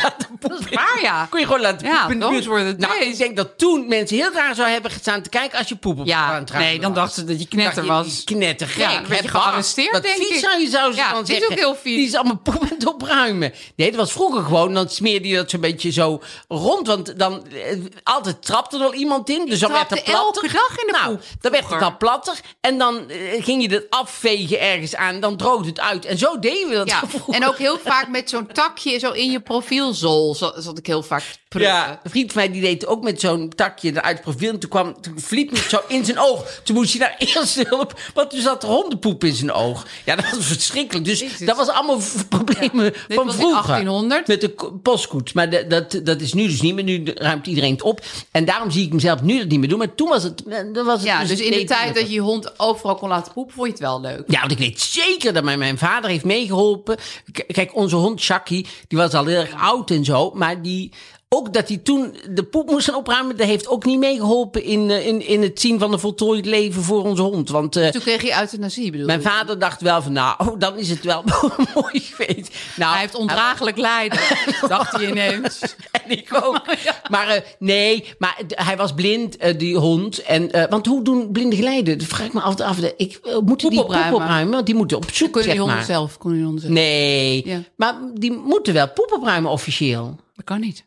S2: laten poepen.
S4: maar ja.
S2: Kun je gewoon laten
S4: Ja,
S2: poepen in de
S4: dan
S2: buurt.
S4: wordt het
S2: nou,
S4: feest.
S2: ik denk dat toen mensen heel raar zouden hebben gestaan te kijken als je poep op aan
S4: Ja,
S2: het ruimen
S4: nee, dan
S2: was.
S4: dachten ze dat je
S2: Dacht
S4: knetter
S2: je,
S4: was.
S2: Knettergek.
S4: Ja, dan werd je
S2: Wat
S4: gearresteerd,
S2: wat
S4: denk
S2: vies
S4: ik.
S2: zou je zou ze
S4: Ja,
S2: dan
S4: dit is
S2: zeggen.
S4: ook heel vies.
S2: Die is allemaal poep aan het opruimen. Nee, dat was vroeger gewoon. Dan smeerde je dat zo'n beetje zo rond. Want dan eh, altijd trapte er wel iemand in. Dus dan werd
S4: trapte
S2: het platter.
S4: elke dag in de
S2: Nou,
S4: poep
S2: dan werd het
S4: vroeger.
S2: dan platter. En dan eh, ging je dat afvegen ergens aan. Dan droogde het uit. En zo deden we dat
S4: Ja,
S2: vroeger.
S4: en ook heel vaak met zo'n takje zo in je profielzol zo- zat ik heel vaak te prutten.
S2: Ja, een vriend van mij die deed ook met zo'n takje eruit het profiel. En toen, kwam, toen vliep het zo in zijn oog. Toen moest hij naar eerste hulp, want toen zat er hondenpoep in zijn oog. Ja, dat was verschrikkelijk. Dus
S4: Jezus.
S2: dat was allemaal v- problemen
S4: Dit
S2: van
S4: was in
S2: vroeger.
S4: 1800.
S2: Met de k- postkoets. Maar de- dat, dat is nu dus niet meer. Nu ruimt iedereen het op. En daarom zie ik mezelf nu dat niet meer doen. Maar toen was het... eh, Dan was het
S4: Ja, dus in de
S2: nee,
S4: tijd dat je je hond overal kon laten poepen, vond je het wel leuk.
S2: ja, want ik weet zeker dat mijn, mijn vader heeft meegeholpen. K- kijk, onze hond Chucky, die was al heel erg oud en zo. Maar die, ook dat hij toen de poep moest gaan opruimen... dat heeft ook niet meegeholpen in, eh, in, in het zien van een voltooid leven voor onze hond. Want eh,
S4: Toen kreeg je euthanasie, bedoel
S2: mijn
S4: je?
S2: vader dacht wel van... nou, oh, dan is het wel mooi geweest. Nou,
S4: Hij heeft ondraaglijk lijden, dacht hij ineens.
S2: En ik ook. Maar eh, nee, maar d- hij was blind, eh, die hond. En, eh, want hoe doen blinden geleiden? Dat vraag ik me altijd af. Ik, eh, moeten die
S4: opruimen.
S2: poep opruimen? Want die moeten op zoek,
S4: Kon je
S2: zeg
S4: die hond
S2: maar.
S4: zelf? Kon je die hond zelf?
S2: Nee.
S4: Ja.
S2: Maar die moeten wel poep opruimen officieel.
S4: Dat kan niet.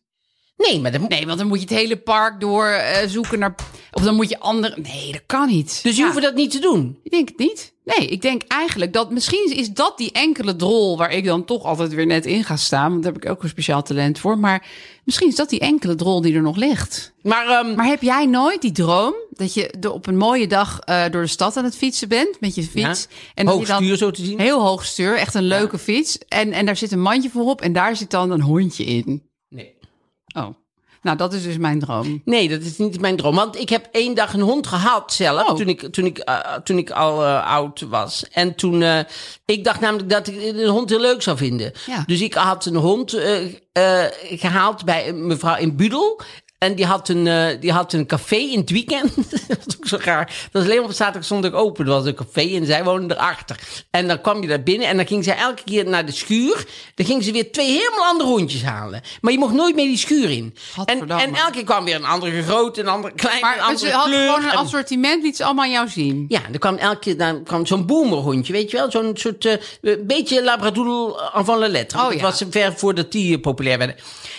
S2: Nee, maar dat moet...
S4: Nee, want dan moet je het hele park door eh, zoeken naar... Of dan moet je andere... Nee, dat kan niet.
S2: Dus je hoeft dat niet te doen.
S4: Ik denk het niet. Nee, ik denk eigenlijk dat misschien is dat die enkele drol waar ik dan toch altijd weer net in ga staan. Want daar heb ik ook een speciaal talent voor. Maar misschien is dat die enkele drol die er nog ligt.
S2: Maar, ehm,
S4: Maar heb jij nooit die droom dat je de- op een mooie dag eh, door de stad aan het fietsen bent met je fiets?
S2: Ja.
S4: En dat
S2: Hoog
S4: je dan
S2: stuur, zo te zien.
S4: Heel hoog stuur, echt een leuke fiets. En, en daar zit een mandje voor op en daar zit dan een hondje in.
S2: nee.
S4: Oh, nou dat is dus mijn droom.
S2: Nee, dat is niet mijn droom. Want ik heb één dag een hond gehad zelf.
S4: Oh.
S2: Toen, ik, toen, ik, eh, toen ik al eh, oud was. En toen. eh, ik dacht namelijk dat ik een hond heel leuk zou vinden.
S4: Ja.
S2: Dus ik had een hond eh, eh, gehaald bij een mevrouw in Budel. En die had, een, eh, die had een café in het weekend. dat was ook zo raar. Dat was alleen maar op zaterdag zondag open. Er was een café en zij woonde erachter. En dan kwam je daar binnen en dan ging zij elke keer naar de schuur. Dan ging ze weer twee helemaal andere hondjes halen. Maar je mocht nooit meer die schuur in. En,
S4: Gadverdamme.
S2: en elke keer kwam weer een andere groot, een andere klein, een
S4: Maar
S2: andere
S4: ze had
S2: kleur.
S4: gewoon een
S2: en-
S4: assortiment, liet ze allemaal aan jou zien.
S2: Ja, er kwam elke keer daar kwam zo'n boomerhondje, weet je wel? Zo'n soort, eh, eh, beetje labradoodle eh, van la lettre.
S4: Oh,
S2: Want
S4: ja.
S2: Het was ver voordat die eh, populair werden.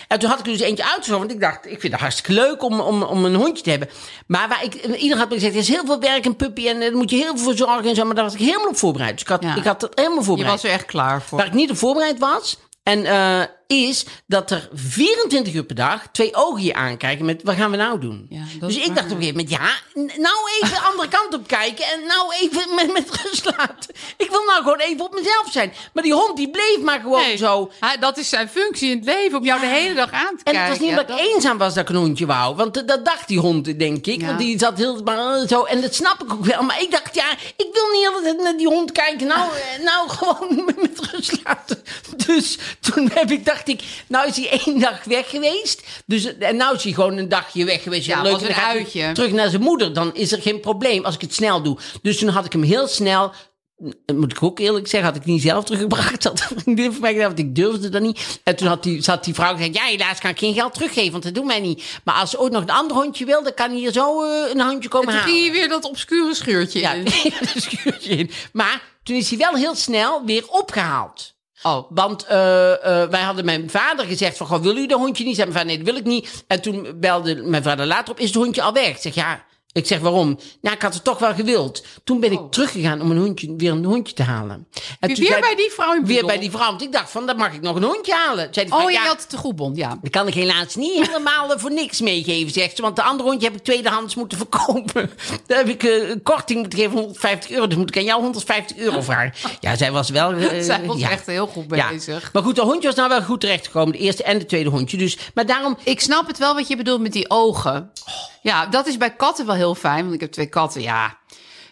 S2: En toen had ik er dus eentje uitgezocht, want ik dacht, ik vind het hartstikke leuk om, om, om een hondje te hebben. Maar waar ik, en iedereen had me gezegd, er is heel veel werk en puppy en daar moet je heel veel voor zorgen en zo. Maar daar was ik helemaal op voorbereid. Dus ik had,
S4: Ja.
S2: ik had dat helemaal
S4: Je
S2: voorbereid.
S4: was er echt klaar voor.
S2: Waar ik niet op voorbereid was. En eh, is dat er 24 uur per dag twee ogen je aankijken met wat gaan we nou doen?
S4: Ja, dat
S2: dus
S4: is
S2: ik dacht
S4: waar.
S2: op een gegeven moment, ja, n- nou even de andere kant op kijken en nou even met, met rust laten. Ik wil nou gewoon even op mezelf zijn. Maar die hond die bleef maar gewoon
S4: Nee.
S2: zo.
S4: Hij- dat is zijn functie in het leven, om jou de hele dag aan
S2: Ah. En
S4: te kijken.
S2: het was niet
S4: Ja,
S2: dat
S4: dat-
S2: ik eenzaam was dat ik een hondje wou. Want eh, dat dacht die hond, denk ik.
S4: Ja.
S2: Want die zat heel maar, eh, zo. En dat snap ik ook wel. Maar ik dacht, ja, ik wil niet altijd naar die hond kijken. Nou, eh, nou gewoon met rust laten. Dus toen heb ik, dacht ik, nou is hij één dag weg geweest. Dus, eh, en nou is hij gewoon een dagje weg geweest.
S4: Ja,
S2: leuk.
S4: was
S2: En
S4: een
S2: dan gaat hij
S4: uitje.
S2: Terug naar zijn moeder. Dan is er geen probleem als ik het snel doe. Dus toen had ik hem heel snel eh, moet ik ook eerlijk zeggen, had ik niet zelf teruggebracht. Dat had een vriendin van mij gedaan, want ik durfde dat niet. En toen had die, zat die vrouw gezegd, ja, helaas kan ik geen geld teruggeven, want dat doen wij niet. Maar als ze ooit nog een ander hondje wil, dan kan hier zo eh, een handje komen
S4: En toen
S2: halen.
S4: ging je weer dat obscure scheurtje
S2: Ja,
S4: in.
S2: dat schuurtje in. Maar toen is hij wel heel snel weer opgehaald.
S4: Oh,
S2: Want eh, eh, wij hadden mijn vader gezegd van, goh, wil u dat hondje niet? Zei mijn vader, nee, dat wil ik niet. En toen belde mijn vader later op, is het hondje al weg? Ik zeg, ja. Ik zeg, waarom? Nou, ik had het toch wel gewild. Toen ben ik teruggegaan om een hondje, weer een hondje te halen. En toen
S4: Oh. weer
S2: zei-
S4: bij die vrouw in
S2: Weer
S4: Budel.
S2: bij die vrouw. Want ik dacht van, dan mag ik nog een hondje halen. Zei die vrouw,
S4: Oh, je
S2: ja,
S4: had het te goed bond, ja.
S2: dat kan ik helaas niet helemaal eh, voor niks meegeven, zegt ze. Want de andere hondje heb ik tweedehands moeten verkopen. Daar heb ik eh, een korting moeten geven van 150 euro. Dus moet ik aan jou 150 euro vragen. Ja, zij was wel... eh,
S4: Zij was
S2: ja.
S4: echt heel goed
S2: Ja.
S4: bezig.
S2: Maar goed, dat hondje was nou wel goed terechtgekomen. De eerste en de tweede hondje. Dus, maar daarom...
S4: Ik snap het wel wat je bedoelt met die ogen.
S2: Oh.
S4: Ja, dat is bij katten wel heel fijn. Want ik heb twee katten, ja.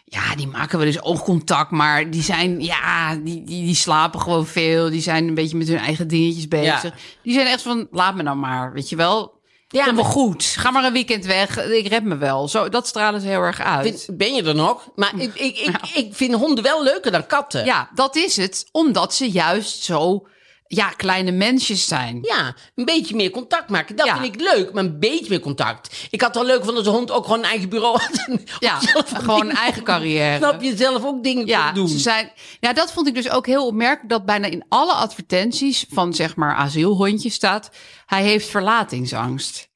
S4: Ja, die maken wel eens oogcontact. Maar die zijn, ja, die, die, die slapen gewoon veel. Die zijn een beetje met hun eigen dingetjes bezig.
S2: Ja.
S4: Die zijn echt van, laat me nou maar, weet je wel.
S2: Ja,
S4: Ja, Kom wel
S2: maar-
S4: goed. Ga maar een weekend weg. Ik red me wel. Zo, dat stralen ze heel erg uit.
S2: vind- ben je er nog? Maar ik, ik, ik, ik vind honden wel leuker dan katten.
S4: Ja, dat is het. Omdat ze juist zo, ja, kleine mensjes zijn.
S2: Ja, een beetje meer contact maken. Dat
S4: Ja.
S2: vind ik leuk, maar een beetje meer contact. Ik had al leuk van als de hond ook gewoon een eigen bureau had. en
S4: Ja,
S2: op zelf ook
S4: gewoon
S2: dingen-
S4: eigen carrière.
S2: Snap je zelf ook dingen
S4: Ja,
S2: kon doen?
S4: Ze zijn, ja, dat vond ik dus ook heel opmerkelijk. Dat bijna in alle advertenties van zeg maar asielhondje staat. Hij heeft verlatingsangst.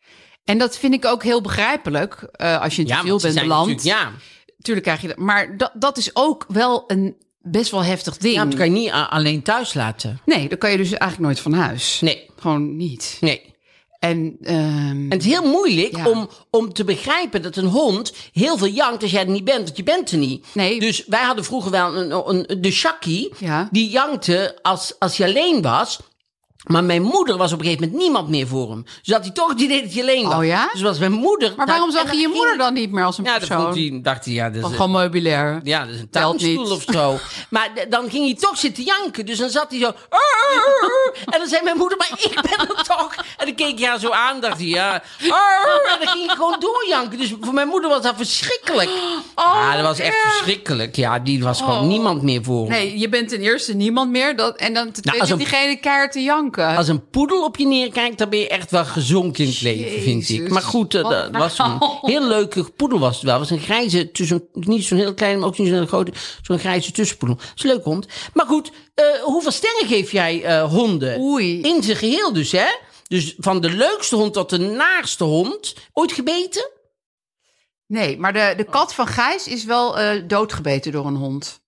S4: En dat vind ik ook heel begrijpelijk. eh, als je in het
S2: ja,
S4: asiel
S2: want ze
S4: bent
S2: zijn
S4: beland.
S2: natuurlijk- Ja.
S4: Tuurlijk krijg je dat. Maar dat, dat is ook wel een best wel heftig ding.
S2: ja, dat kan je niet a- alleen thuis laten.
S4: Nee, dan kan je dus eigenlijk nooit van huis.
S2: Nee,
S4: Gewoon niet.
S2: nee.
S4: En, ehm,
S2: En het is heel moeilijk
S4: Ja.
S2: om, om te begrijpen dat een hond heel veel jankt als jij er niet bent, want je bent er niet.
S4: Nee.
S2: Dus wij hadden vroeger wel een, een, de Shaki,
S4: Ja.
S2: die jankte als, als je alleen was. Maar mijn moeder was op een gegeven moment niemand meer voor hem. Dus had hij toch het idee dat je alleen was.
S4: Oh ja?
S2: Dus was mijn moeder...
S4: maar waarom zag je je moeder dan niet meer als een
S2: Ja, dat
S4: persoon?
S2: vond hij, dacht hij, ja, dat is,
S4: Gewoon meubilair.
S2: ja, dat is een
S4: Telt niet.
S2: tuinstoel of zo. Maar d- dan ging hij toch zitten janken. Dus dan zat hij zo... "Arr, arr, arr." En dan zei mijn moeder, maar ik ben er toch. En dan keek hij haar zo aan, dacht hij, ja... "Arr." En dan ging hij gewoon doorjanken. Dus voor mijn moeder was dat verschrikkelijk. Oh, ja, Oh. dat was echt
S4: erg.
S2: verschrikkelijk. Ja, die was gewoon niemand meer voor hem.
S4: Nee, je bent ten eerste niemand meer. Dat, en dan ten tweede
S2: Nou, als een-
S4: zit diegene keihard te janken.
S2: Als een poedel op je neerkijkt, dan ben je echt wel gezonken in het leven, vind ik.
S4: Jezus, Oh.
S2: Maar goed, eh,
S4: wat
S2: dat
S4: een
S2: was een
S4: verhaal.
S2: heel leuke poedel was het wel. Het was een grijze, tussen, niet zo'n heel kleine, maar ook niet zo'n hele grote, zo'n grijze tussenpoedel. Dat is een leuke hond. Maar goed, eh, hoeveel sterren geef jij eh, honden?
S4: Oei.
S2: In zijn geheel dus, hè? Dus van de leukste hond tot de naarste hond. Ooit gebeten?
S4: Oh. Nee, maar de,
S2: Oh.
S4: de kat van Gijs is wel eh, doodgebeten door een hond.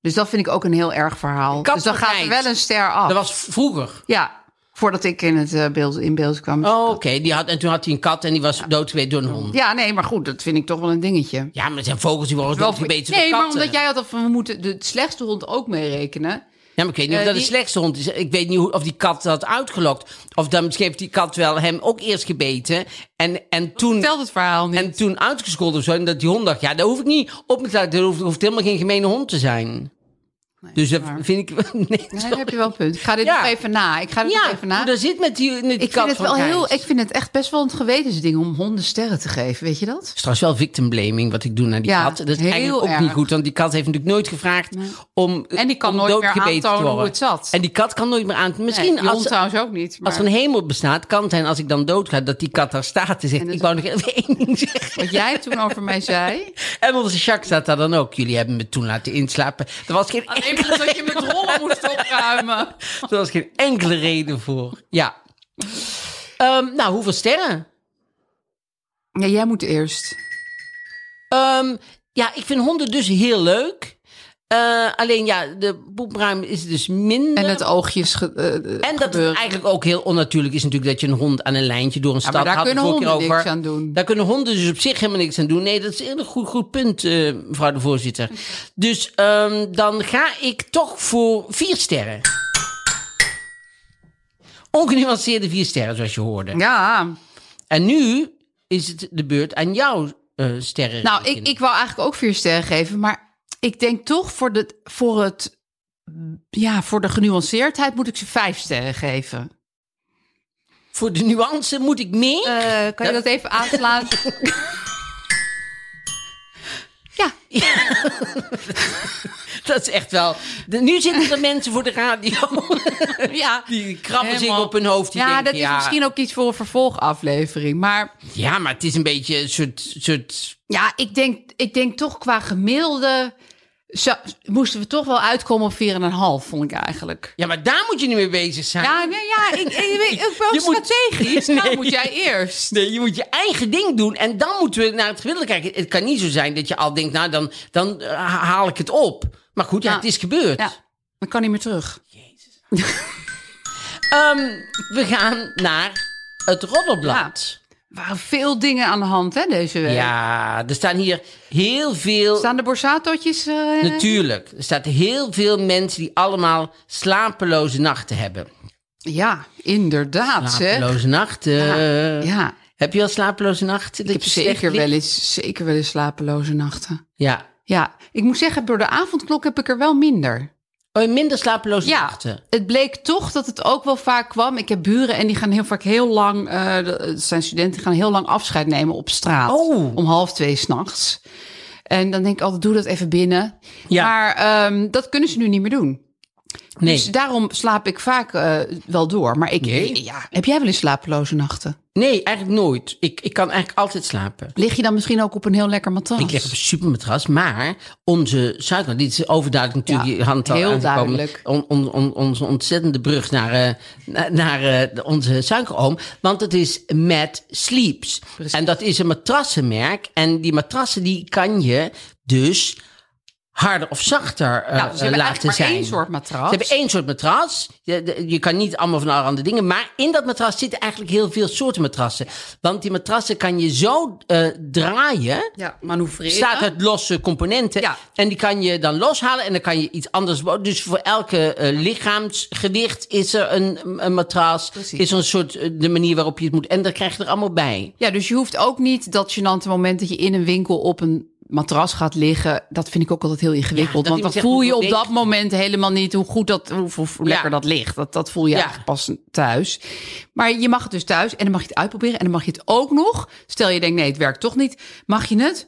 S4: Dus dat vind ik ook een heel erg verhaal.
S2: kat
S4: Dus dan
S2: van
S4: gaat er
S2: Gijs.
S4: wel een ster af.
S2: Dat was v- vroeger.
S4: Ja, voordat ik in, het, eh, beeld, in beeld kwam.
S2: Oh, oké. Die had- En toen had hij een kat en die was doodgebeten door een hond. Ja,
S4: Ja, nee, maar goed, dat vind ik toch wel een dingetje.
S2: maar er zijn vogels die worden
S4: Wel-
S2: doodgebeten
S4: nee,
S2: door
S4: maar
S2: katten.
S4: omdat jij had al van we moeten de slechtste hond ook meerekenen.
S2: Ja, maar ik weet niet of
S4: Eh,
S2: dat de
S4: die-
S2: slechtste hond is. Ik weet niet hoe, of die kat dat had uitgelokt. Of dan misschien heeft die kat wel hem ook eerst gebeten. En, en toen...
S4: Vertel het verhaal niet.
S2: En toen uitgescholden of zo. En dat die hond dacht, ja, daar hoef ik niet op me te laten. Er hoeft, hoeft helemaal geen gemene hond te zijn. dus dat
S4: maar-
S2: vind ik... Nee,
S4: Nee,
S2: sorry.
S4: daar heb je wel een punt. Ik ga dit
S2: Ja.
S4: nog even na. Ik ga dit nog
S2: ja,
S4: even na.
S2: hoe dat zit met die, met die
S4: Ik
S2: kat
S4: vind, het
S2: van
S4: wel
S2: Gijs.
S4: heel, e- ik vind het echt best wel een gewetensding om honden sterren te geven, weet je dat?
S2: Het is trouwens wel victim blaming wat ik doe naar die
S4: Ja,
S2: kat. Dat is
S4: heel
S2: eigenlijk ook
S4: erg.
S2: niet goed, want die kat heeft natuurlijk nooit gevraagd om
S4: En die kan
S2: om
S4: nooit meer
S2: doodgebeten te
S4: aantonen hoe
S2: worden.
S4: het zat.
S2: En die kat kan nooit meer aan. Misschien
S4: Nee, die hond
S2: als,
S4: trouwens ook niet. Maar
S2: als er een hemel bestaat, kan het zijn als ik dan doodga dat die kat daar staat en zegt:
S4: En dat-
S2: ik wou nog even één ding zeggen.
S4: Wat jij toen over mij zei.
S2: En onze Jacques staat daar dan ook. Jullie hebben me toen laten inslapen. Er was
S4: Oh,
S2: geen enkele,
S4: dat je met rollen moest opruimen.
S2: er was geen enkele reden voor. Ja. Ehm, nou, hoeveel sterren?
S4: Ja, jij moet eerst.
S2: Ehm, ja, ik vind honden dus heel leuk. Eh, alleen ja, de poepruim is dus minder.
S4: En het oogjes. Ge, eh,
S2: En dat het
S4: gebeuren.
S2: eigenlijk ook heel onnatuurlijk is natuurlijk dat je een hond aan een lijntje door een
S4: ja,
S2: stad
S4: maar daar
S2: had
S4: kunnen
S2: de vorige
S4: honden
S2: keer
S4: niks aan doen.
S2: Daar kunnen honden dus op zich helemaal niks aan doen. Nee, dat is een heel goed, goed punt, eh, mevrouw de voorzitter. Dus ehm, dan ga ik toch voor vier sterren. Ongenuanceerde vier sterren, zoals je hoorde.
S4: Ja,
S2: En nu is het de beurt aan jouw eh sterren.
S4: nou, ik, ik wou eigenlijk ook vier sterren geven. Maar ik denk toch voor, de, voor, het, ja, voor de genuanceerdheid moet ik ze vijf sterren geven.
S2: Voor de nuance moet ik meer.
S4: Eh, kan je
S2: Ja.
S4: dat even aanslaan? ja, Eh.
S2: Dat is echt wel. De- nu zitten er mensen voor de radio.
S4: ja.
S2: Die krabben zich
S4: Helemaal.
S2: op hun hoofd. Die
S4: ja,
S2: denken,
S4: dat is
S2: ja,
S4: misschien ook iets voor een vervolgaflevering. Maar
S2: Ja, maar het is een beetje een soort. soort
S4: ja, ik denk, ik denk toch qua gemiddelde zo, moesten we toch wel uitkomen op 4,5, vond ik eigenlijk.
S2: ja, maar daar moet je niet mee bezig zijn.
S4: Ja, nee, ja, ik, ik, weet ook wel
S2: Je moet-
S4: strategisch. Nou
S2: Nee.
S4: moet jij eerst.
S2: Nee, je moet je eigen ding doen en dan moeten we naar het gemiddelde kijken. Het kan niet zo zijn dat je al denkt, nou dan, dan eh, ha- haal ik het op. Maar goed, ja,
S4: Ja.
S2: het is gebeurd.
S4: Ja, dan kan niet meer terug.
S2: Ehm, we gaan naar het roddelblad.
S4: Er waren veel dingen aan de hand hè, deze
S2: Ja.
S4: week.
S2: er staan hier heel veel.
S4: Staan de borsatootjes? eh,
S2: Natuurlijk, er staat heel veel mensen die allemaal slapeloze nachten hebben.
S4: ja, inderdaad. Zeg.
S2: Slapeloze nachten.
S4: Ja, ja.
S2: Heb je al slapeloze nachten?
S4: Ik heb zeker wel, eens, zeker wel eens slapeloze nachten.
S2: Ja.
S4: Ja, ik moet zeggen, door de avondklok heb ik er wel minder.
S2: Oh, minder slapeloze
S4: Ja,
S2: nachten.
S4: het bleek toch dat het ook wel vaak kwam. Ik heb buren en die gaan heel vaak heel lang... eh, dat zijn studenten die gaan heel lang afscheid nemen op straat.
S2: Oh.
S4: Om half twee s'nachts. En dan denk ik altijd, doe dat even binnen.
S2: Ja.
S4: Maar ehm, dat kunnen ze nu niet meer doen.
S2: Nee.
S4: Dus daarom slaap ik vaak eh, wel door. Maar ik,
S2: Nee.
S4: ja, heb jij wel eens slapeloze nachten?
S2: nee, eigenlijk nooit. Ik, ik kan eigenlijk altijd slapen.
S4: Lig je dan misschien ook op een heel lekker matras?
S2: Ik lig op een supermatras, maar onze Zuidland, dit is overduidelijk natuurlijk
S4: Ja,
S2: je hand al
S4: heel
S2: aangekomen.
S4: duidelijk.
S2: On, on, on- onze ontzettende brug naar, eh, na- naar, eh, de- onze suikeroom, want het is Mad Sleeps. En dat is een matrassenmerk en die matrassen die kan je dus harder of zachter eh,
S4: nou, ze hebben
S2: eh,
S4: eigenlijk
S2: laten
S4: maar
S2: zijn.
S4: één soort matras.
S2: Ze hebben één soort matras. Je, de- je kan niet allemaal van allerhande dingen. Maar in dat matras zitten eigenlijk heel veel soorten matrassen. Want die matrassen kan je zo eh, draaien.
S4: Ja, manoeuvreren.
S2: Staat uit losse componenten.
S4: Ja.
S2: En die kan je dan loshalen en dan kan je iets anders. bouwen. Dus voor elke eh, lichaamsgewicht is er een, een matras.
S4: Precies.
S2: Is er een soort eh, de manier waarop je het moet. En daar krijg je er allemaal bij.
S4: Ja, dus je hoeft ook niet dat gênante moment dat je in een winkel op een matras gaat liggen. Dat vind ik ook altijd heel ingewikkeld.
S2: Ja, dat
S4: want dan
S2: iemand zegt,
S4: voel je
S2: hoe
S4: op
S2: dik-
S4: dat moment helemaal niet hoe goed dat, hoe, hoe- hoe
S2: Ja.
S4: lekker dat ligt. Dat, dat voel je
S2: Ja.
S4: eigenlijk pas thuis. Maar je mag het dus thuis en dan mag je het uitproberen. En dan mag je het ook nog, stel je denkt nee, het werkt toch niet. Mag je het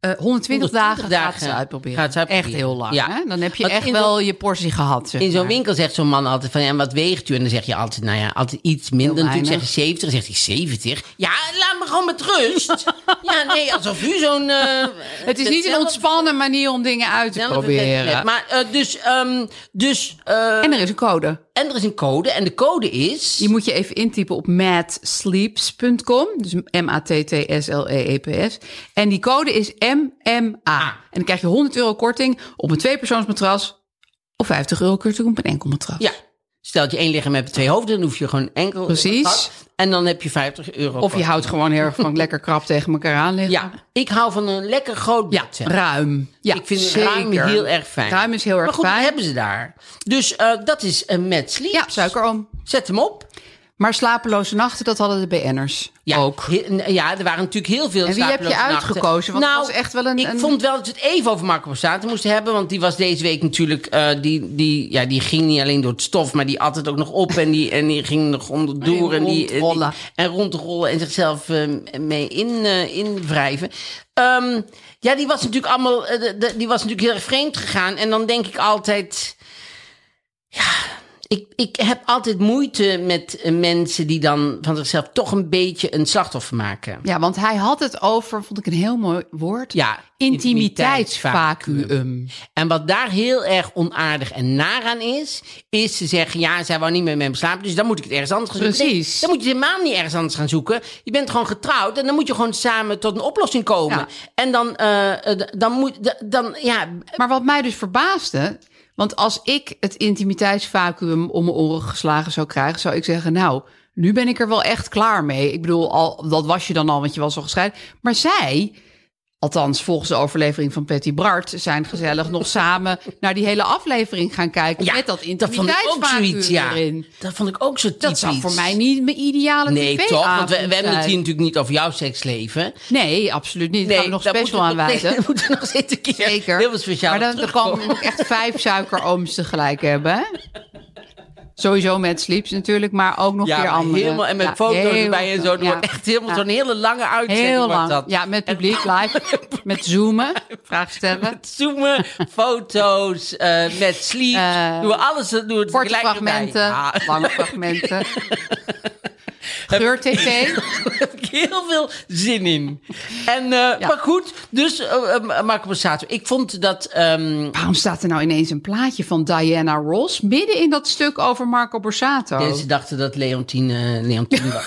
S4: eh, 120,
S2: 120
S4: dagen,
S2: dagen
S4: gratis uitproberen.
S2: gratis uitproberen.
S4: Echt heel lang.
S2: Ja.
S4: Hè? Dan heb je
S2: Want
S4: echt
S2: in zo'n-
S4: wel je portie gehad. zeg
S2: In zo'n
S4: maar.
S2: winkel zegt zo'n man altijd van, ja, en wat weegt u? En dan zeg je altijd, nou ja, altijd iets minder.
S4: Heel
S2: Natuurlijk zeg je
S4: weinig.
S2: 70, dan zegt hij 70. Ja, laat me gewoon met rust. ja, nee, alsof u zo'n... eh,
S4: het is niet een
S2: zelf-
S4: ontspannen manier om dingen uit te
S2: zelf-
S4: proberen.
S2: Maar eh, dus, ehm, dus eh,
S4: En er is een code.
S2: En er is een code. En de code is...
S4: Die moet je even intypen op matsleeps.com. Dus M-A-T-T-S-L-E-E-P-S. E En die code is
S2: Ah.
S4: MMA. En dan krijg je 100 euro korting op een tweepersoonsmatras. Of 50 euro korting op een enkel matras.
S2: Ja. Stel dat je één lichaam hebt met twee hoofden, dan hoef je gewoon enkel.
S4: Precies.
S2: gat. En dan heb je 50 euro.
S4: Of je
S2: korting.
S4: houdt gewoon heel erg van lekker krap tegen elkaar aan liggen.
S2: Ja, ik hou van een lekker groot
S4: Ja,
S2: bed. zeg.
S4: ruim. Ja,
S2: ik vind
S4: zeker.
S2: ruim heel erg fijn.
S4: Ruim is heel erg
S2: maar goed,
S4: fijn.
S2: wat hebben ze daar. Dus eh, dat is een met sleep.
S4: Ja, suikeroom.
S2: Zet hem op.
S4: Maar slapeloze nachten, dat hadden de BN'ers
S2: Ja,
S4: ook.
S2: he- ja, er waren natuurlijk heel veel
S4: En wie heb je
S2: slapeloze nachten. Nou,
S4: uitgekozen? Want het was echt wel een-
S2: Ik
S4: een-
S2: vond wel dat we het even over Marco Borsato moesten hebben. Want die was deze week natuurlijk... eh, die, die, ja, die ging niet alleen door het stof, maar die at het ook nog op. En die, en die ging nog onderdoor. En, die, en, die,
S4: rondrollen.
S2: en rondrollen en zichzelf eh, mee in, eh, invrijven. Ehm, ja, die was natuurlijk allemaal... eh, de- de- die was natuurlijk heel erg vreemd gegaan. En dan denk ik altijd... Ik, ik heb altijd moeite met eh, mensen die dan van zichzelf toch een beetje een slachtoffer maken.
S4: Ja, want hij had het over, vond ik een heel mooi woord.
S2: Ja,
S4: Intimiteitsvacuum.
S2: En wat daar heel erg onaardig en naar aan is, is te zeggen: ja, zij wou niet meer met hem slapen, dus dan moet ik het ergens anders gaan zoeken.
S4: Precies.
S2: Nee, dan moet je helemaal niet ergens anders gaan zoeken. Je bent gewoon getrouwd en dan moet je gewoon samen tot een oplossing komen.
S4: Ja.
S2: En dan, eh, eh, dan moet, d- dan, ja,
S4: Maar wat mij dus verbaasde, want als ik het intimiteitsvacuum om mijn oren geslagen zou krijgen, zou ik zeggen, nou, nu ben ik er wel echt klaar mee. Ik bedoel, al, dat was je dan al, want je was al gescheiden. Maar zij, althans volgens de overlevering van Patty Bart, zijn gezellig nog samen naar die hele aflevering gaan kijken
S2: ja
S4: met dat
S2: vond ik ook
S4: intimiteitsvacuum
S2: zoiets, ja.
S4: erin.
S2: Dat vond ik ook zo typisch.
S4: Dat zou voor mij niet mijn ideale
S2: Nee,
S4: tv
S2: toch? Want we, we
S4: zijn.
S2: hebben het hier natuurlijk niet over jouw seksleven.
S4: Nee, absoluut niet. Nee,
S2: Nee,
S4: gaan we nog
S2: daar
S4: special aan
S2: moeten we-
S4: wijden.
S2: Nee, daar moeten we nog zitten een keer
S4: Zeker.
S2: Heel veel speciaal
S4: Maar dan, dan
S2: terugkomen.
S4: komen we ook echt vijf suikerooms tegelijk hebben. hè? Sowieso met sleeps natuurlijk, maar ook nog
S2: Ja,
S4: weer
S2: maar
S4: andere.
S2: helemaal, en met
S4: Ja,
S2: foto's
S4: heel
S2: erbij en zo. Dat
S4: veel.
S2: wordt
S4: Ja.
S2: echt helemaal
S4: Ja.
S2: zo'n hele lange uitzending.
S4: Heel
S2: wordt
S4: lang.
S2: Dat.
S4: Ja, met publiek live. Met zoomen. Vraag stellen.
S2: Zoomen, foto's, eh, met sleep.
S4: Eh,
S2: doen we alles, doen we het
S4: Korte
S2: tegelijk erbij.
S4: fragmenten,
S2: Ja,
S4: lange fragmenten. Geur-tv.
S2: daar heb ik heel veel zin in. En, eh, Maar goed, dus eh, eh, Marco Borsato. Ik vond dat... ehm,
S4: Waarom staat er nou ineens een plaatje van Diana Ross midden in dat stuk over Marco Borsato?
S2: Mensen dachten dat Leontine, eh, Leontine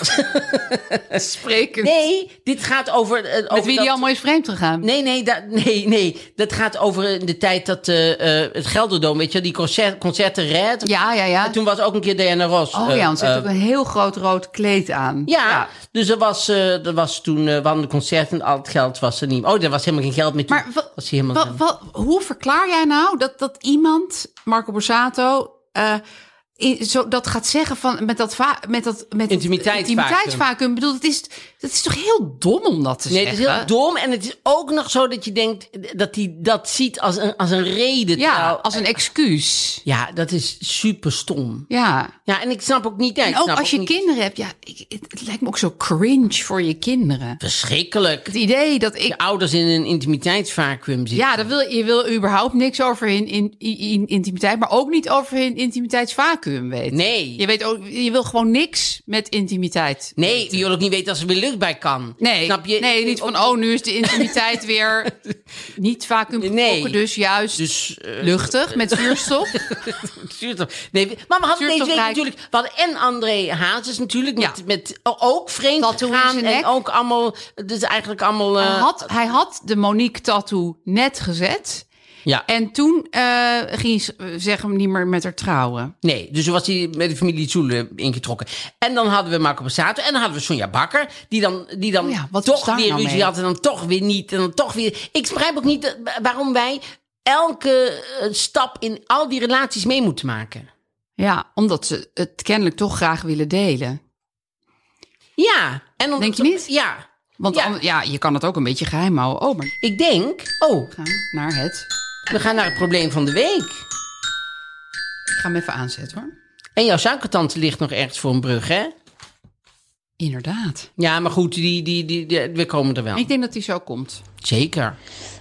S2: was.
S4: sprekend.
S2: nee, dit gaat over... eh, over
S4: Met wie
S2: dat-
S4: die allemaal is vreemd gegaan.
S2: Nee, nee, da- nee, nee. Dat gaat over de tijd dat eh, eh, het Gelderdoom, weet je, die concert, concerten red.
S4: Ja, ja, ja.
S2: En toen was ook een keer Diana Ross.
S4: Oh
S2: eh,
S4: ja, want ze heeft
S2: eh,
S4: ook een heel groot rood kleed aan.
S2: ja, dus er was, eh, er was toen, eh we hadden een concert en al het geld was er niet. Oh, er was helemaal geen geld meer toen.
S4: Maar wa-
S2: was hij helemaal
S4: wa- wa- hoe verklaar jij nou dat, dat iemand, Marco Borsato, eh, in- zo, dat gaat zeggen van, met dat, va- met dat met het
S2: Intimiteitsvacuüm.
S4: intimiteitsvacuüm? Ik bedoel, het is, het is toch heel dom om dat te
S2: Nee, het
S4: zeggen?
S2: is heel dom en het is ook nog zo dat je denkt dat hij dat ziet als een, als een reden.
S4: Ja,
S2: terwijl-
S4: als een excuus.
S2: ja, dat is super stom.
S4: Ja.
S2: Ja, en ik snap ook niet. Ja, ik
S4: En ook
S2: snap
S4: als je
S2: niet-
S4: kinderen hebt, ja, ik, het, het lijkt me ook zo cringe voor je kinderen.
S2: Verschrikkelijk.
S4: Het idee dat ik
S2: Je ouders in een intimiteitsvacuum zitten.
S4: Ja, dat wil, je wil überhaupt niks over hun in, in, in- intimiteit, maar ook niet over hun intimiteitsvacuum weten.
S2: Nee.
S4: Je, weet ook, je wil gewoon niks met intimiteit.
S2: Nee, je wil ook niet weten als er weer lucht bij kan.
S4: Nee,
S2: Snap je?
S4: nee niet van, oh, nu is de intimiteit weer niet vacuüm
S2: Nee.
S4: getrokken, dus juist
S2: Dus, eh,
S4: luchtig met zuurstof.
S2: Zuurstof. Nee, maar we hadden deze week
S4: Zuurstofrijk.
S2: natuurlijk... We hadden en André Hazes natuurlijk, met,
S4: Ja.
S2: met ook vreemd
S4: Tattoo in
S2: gegaan.
S4: zijn
S2: En
S4: nek.
S2: ook allemaal... Dus eigenlijk allemaal...
S4: hij,
S2: eh,
S4: had, hij had de Monique tattoo net gezet.
S2: ja.
S4: En toen eh, ging ze eh, zeggen hem niet meer met haar trouwen.
S2: Nee, dus toen was hij met de familie Zoelen ingetrokken. En dan hadden we Marco Passato en dan hadden we Sonja Bakker. Die dan, die dan
S4: Oh ja, wat is
S2: toch
S4: daar
S2: weer
S4: nou
S2: ruzie
S4: mee?
S2: had en dan toch weer niet. En dan toch weer... Ik begrijp ook niet dat- waarom wij elke eh, stap in al die relaties mee moeten maken.
S4: Ja, omdat ze het kennelijk toch graag willen delen.
S2: Ja. En dan,
S4: Denk je niet?
S2: Ja.
S4: Want
S2: Ja.
S4: ja. ja, je kan het ook een beetje geheim houden. Oh, maar
S2: Ik denk... Oh,
S4: gaan naar het.
S2: we gaan naar het probleem van de week.
S4: Ik ga hem even aanzetten hoor.
S2: En jouw suikertante ligt nog ergens voor een brug, hè?
S4: Inderdaad.
S2: Ja, maar goed, die, die, die, die- we komen er wel.
S4: Ik denk dat hij zo komt.
S2: Zeker.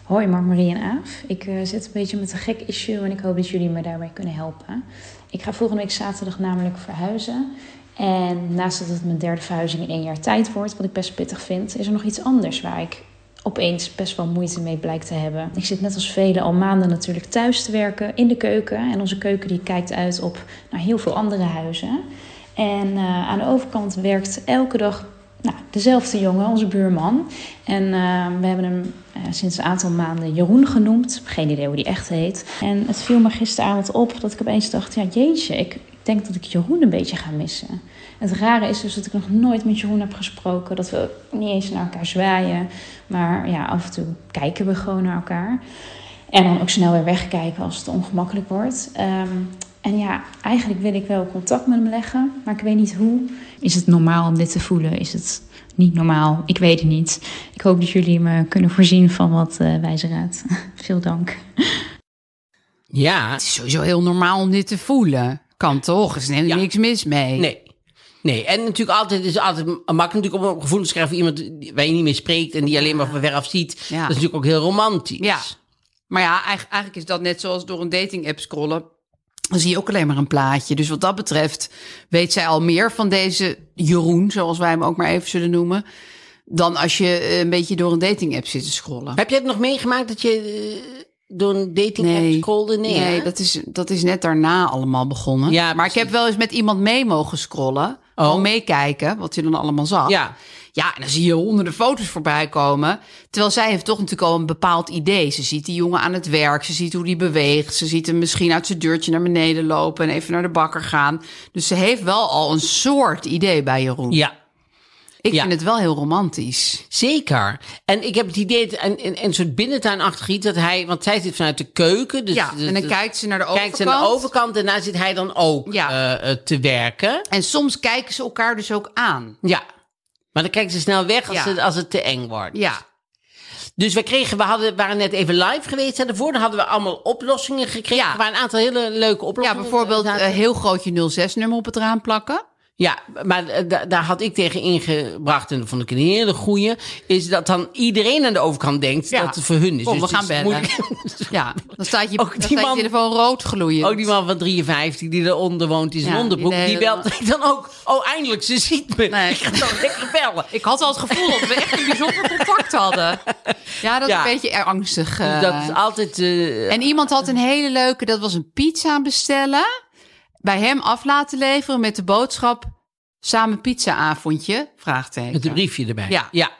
S5: Hoi Mark, Marie en Aaf. Ik eh, zit een beetje met een gek issue en ik hoop dat jullie me daarbij kunnen helpen. Ik ga volgende week zaterdag namelijk verhuizen. En naast dat het mijn derde verhuizing in één jaar tijd wordt, wat ik best pittig vind, is er nog iets anders waar ik opeens best wel moeite mee blijkt te hebben. Ik zit net als velen al maanden natuurlijk thuis te werken in de keuken. En onze keuken die kijkt uit op naar heel veel andere huizen. En eh, aan de overkant werkt elke dag nou, dezelfde jongen, onze buurman. En eh, we hebben hem eh, sinds een aantal maanden Jeroen genoemd. Geen idee hoe die echt heet. En het viel me gisteravond op dat ik opeens dacht... ja, jeetje, ik denk dat ik Jeroen een beetje ga missen. Het rare is dus dat ik nog nooit met Jeroen heb gesproken. Dat we niet eens naar elkaar zwaaien. Maar ja, af en toe kijken we gewoon naar elkaar. En dan ook snel weer wegkijken als het ongemakkelijk wordt. Ehm, en ja, eigenlijk wil ik wel contact met hem leggen, maar ik weet niet hoe. Is het normaal om dit te voelen? Is het niet normaal? Ik weet het niet. Ik hoop dat jullie me kunnen voorzien van wat eh, wijze raad. Veel dank.
S2: Ja,
S4: Het is sowieso heel normaal om dit te voelen. Kan toch? Er is helemaal
S2: Ja.
S4: niks mis mee.
S2: nee. Nee, en natuurlijk altijd, het is altijd makkelijk natuurlijk om gevoelens te krijgen van iemand die- waar je niet mee spreekt en die je alleen maar van veraf ziet.
S4: Ja.
S2: Dat is natuurlijk ook heel romantisch.
S4: Ja. Maar ja, eigen- eigenlijk is dat net zoals door een dating app scrollen. Dan zie je ook alleen maar een plaatje. Dus wat dat betreft weet zij al meer van deze Jeroen, zoals wij hem ook maar even zullen noemen. Dan als je eh, een beetje door een dating app zit te scrollen.
S2: Heb je het nog meegemaakt dat je eh, door een dating app scrolde? Nee, hè?
S4: dat, is, dat is net daarna allemaal begonnen.
S2: Ja,
S4: maar ik heb wel eens met iemand mee mogen scrollen.
S2: Oh.
S4: Al meekijken, wat je dan allemaal zag.
S2: Ja.
S4: Ja, en dan zie je honderden foto's voorbij komen. Terwijl zij heeft toch natuurlijk al een bepaald idee. Ze ziet die jongen aan het werk, ze ziet hoe die beweegt. Ze ziet hem misschien uit zijn deurtje naar beneden lopen en even naar de bakker gaan. Dus ze heeft wel al een soort idee bij Jeroen.
S2: Ja,
S4: Ik
S2: ja.
S4: vind het wel heel romantisch.
S2: Zeker. En ik heb het idee, dat- en, en, en een soort binnentuinachtig iets, dat hij, want zij zit vanuit de keuken. Dus,
S4: ja,
S2: dus-
S4: en dan
S2: dus-
S4: kijkt ze naar de overkant.
S2: kijkt ze aan de overkant en daar zit hij dan ook
S4: Ja.
S2: eh, eh, te werken.
S4: En soms kijken ze elkaar dus ook aan.
S2: Ja. Maar dan kijkt ze snel weg als,
S4: Ja.
S2: het, als het te eng wordt.
S4: Ja,
S2: Dus we, kregen, we hadden, waren net even live geweest en daarvoor dan hadden we allemaal oplossingen gekregen.
S4: Ja.
S2: Er waren een aantal hele leuke
S4: Ja,
S2: oplossingen.
S4: bijvoorbeeld eh, een
S2: zaten.
S4: heel groot je 06-nummer op het raam plakken.
S2: Ja, maar eh, da- daar had ik tegen ingebracht, en dat vond ik een hele goeie, is dat dan iedereen aan de overkant denkt
S4: Ja.
S2: dat het voor hun is. Dus
S4: Kom, we
S2: het
S4: gaan
S2: is
S4: bellen.
S2: moeilijk-
S4: Ja, dan staat je,
S2: Ook
S4: dan
S2: die
S4: staat
S2: man-
S4: je telefoon rood gloeiend.
S2: Ook die man van 53 die eronder woont in zijn
S4: Ja,
S2: onderbroek.
S4: die de
S2: Die
S4: hele-
S2: belt mij dan ook. Oh, eindelijk, ze ziet me.
S4: Nee.
S2: Ik ga dan lekker bellen.
S4: Ik had al het gevoel dat we echt een bijzonder contact hadden. Ja, dat is
S2: Ja.
S4: een beetje er- angstig. eh.
S2: Dus Dat is altijd... eh,
S4: En iemand had een hele leuke, dat was een pizza bestellen. Bij hem af laten leveren met de boodschap... Samen pizzaavondje? Vraagteken.
S2: met een briefje erbij.
S4: Ja.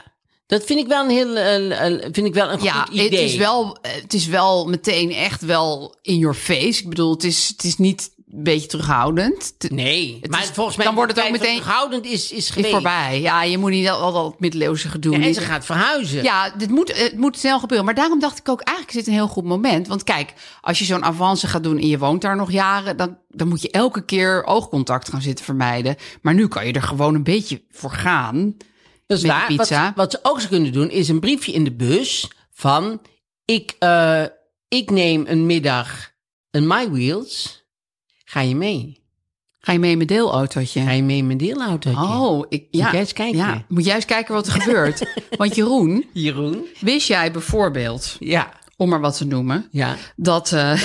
S2: Dat vind ik wel een heel... eh, eh, vind ik wel een
S4: Ja,
S2: goed idee.
S4: het is, wel, eh, het is wel meteen echt wel in your face. Ik bedoel, het is, het is niet een beetje terughoudend. Het-
S2: Nee,
S4: Het
S2: maar
S4: is-
S2: volgens mij...
S4: dan wordt het ook
S2: de tijd van
S4: meteen-
S2: terughoudend is, is
S4: is
S2: geweest.
S4: voorbij. Ja, je moet niet al, al dat middeleeuwse gedoe.
S2: Ja, en
S4: niet.
S2: ze gaat verhuizen.
S4: Ja, dit moet, eh, het moet snel gebeuren. Maar daarom dacht ik ook, eigenlijk is dit een heel goed moment. Want kijk, als je zo'n avance gaat doen en je woont daar nog jaren... dan, dan moet je elke keer oogcontact gaan zitten vermijden. Maar nu kan je er gewoon een beetje voor gaan.
S2: dat is
S4: met de
S2: waar.
S4: pizza.
S2: Wat, wat ze ook zou kunnen doen is een briefje in de bus van... Ik, eh, ik neem een middag een My Wheels. Ga je mee?
S4: Ga je mee in mijn deelautootje?
S2: Ga je mee in mijn deelautootje?
S4: Oh, ik, ja,
S2: Moet jij eens kijken?
S4: Ja, moet jij eens kijken wat er gebeurt. Want Jeroen,
S2: Jeroen?
S4: wist jij bijvoorbeeld,
S2: Ja.
S4: om maar wat te noemen...
S2: Ja.
S4: dat, eh,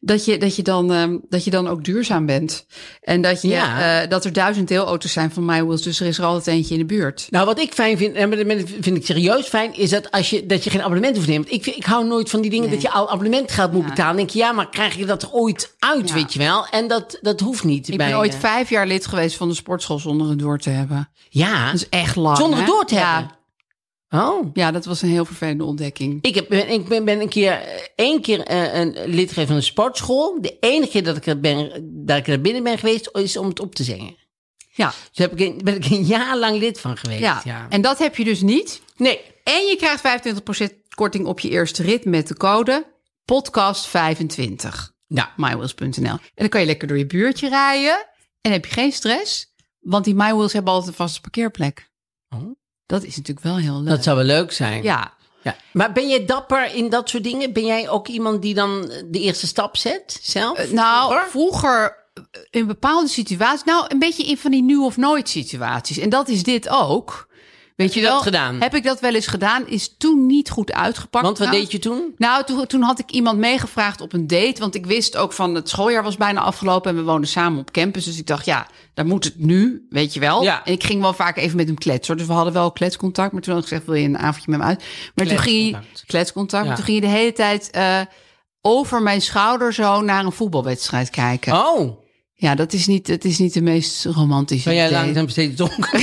S4: dat, je, dat, je dan, ehm, dat je dan ook duurzaam bent. En dat, je,
S2: Ja.
S4: eh, dat er duizend deelauto's zijn van MyWheels, dus er is er altijd eentje in de buurt.
S2: Nou, wat ik fijn vind, en met- met- vind ik serieus fijn, is dat, als je, dat je geen abonnement hoeft te nemen. Want ik, vind- ik hou nooit van die dingen dat je al abonnement gaat moet betalen. Dan denk je, ja, maar krijg je dat er ooit uit,
S4: Ja.
S2: weet je wel? En dat, dat hoeft niet.
S4: Ik
S2: bij,
S4: ben ooit
S2: eh,
S4: vijf jaar lid geweest van de sportschool zonder het door te hebben.
S2: Ja,
S4: Dat is echt lang.
S2: zonder
S4: hè?
S2: het door te
S4: Ja.
S2: hebben. Oh.
S4: Ja, dat was een heel vervelende ontdekking.
S2: Ik, heb, ben, ik ben, ben een keer, eh, één keer eh, een lid geweest van een sportschool. De enige keer dat ik, er ben, dat ik er binnen ben geweest, is om het op te zingen.
S4: Ja.
S2: Dus heb ik een- ben ik een jaar lang lid van geweest.
S4: Ja.
S2: Ja.
S4: en dat heb je dus niet.
S2: nee,
S4: En je krijgt 25% korting op je eerste rit met de code podcast25.
S2: nou,
S4: MyWheels.nl. En dan kan je lekker door je buurtje rijden. En heb je geen stress. Want die MyWheels hebben altijd een vaste parkeerplek.
S2: Oh.
S4: Dat is natuurlijk wel heel leuk.
S2: dat zou wel leuk zijn.
S4: Ja.
S2: Ja. Maar ben jij dapper in dat soort dingen? Ben jij ook iemand die dan de eerste stap zet zelf?
S4: Eh, Nou, vroeger eh, in bepaalde situaties... Nou, een beetje in van die nu of nooit situaties. En dat is dit ook. Weet je
S2: je dat
S4: wel?
S2: gedaan?
S4: Heb ik dat wel eens gedaan? Is toen niet goed uitgepakt.
S2: Want wat
S4: Nou,
S2: deed je toen?
S4: Nou, toen, toen had ik iemand meegevraagd op een date. Want ik wist ook van het schooljaar was bijna afgelopen en we woonden samen op campus. Dus ik dacht, ja, dan moet het nu, weet je wel.
S2: Ja.
S4: En ik ging wel vaak even met hem kletsen. hoor. Dus we hadden wel kletscontact. Maar toen had ik gezegd, wil je een avondje met me uit? Maar toen ging hij
S2: Kletscontact.
S4: kletscontact.
S2: Ja.
S4: Maar toen ging hij de hele tijd eh, over mijn schouder zo naar een voetbalwedstrijd kijken.
S2: Oh,
S4: Ja, dat is niet, het is niet de meest romantische.
S2: ben jij
S4: date.
S2: langzaam steeds donker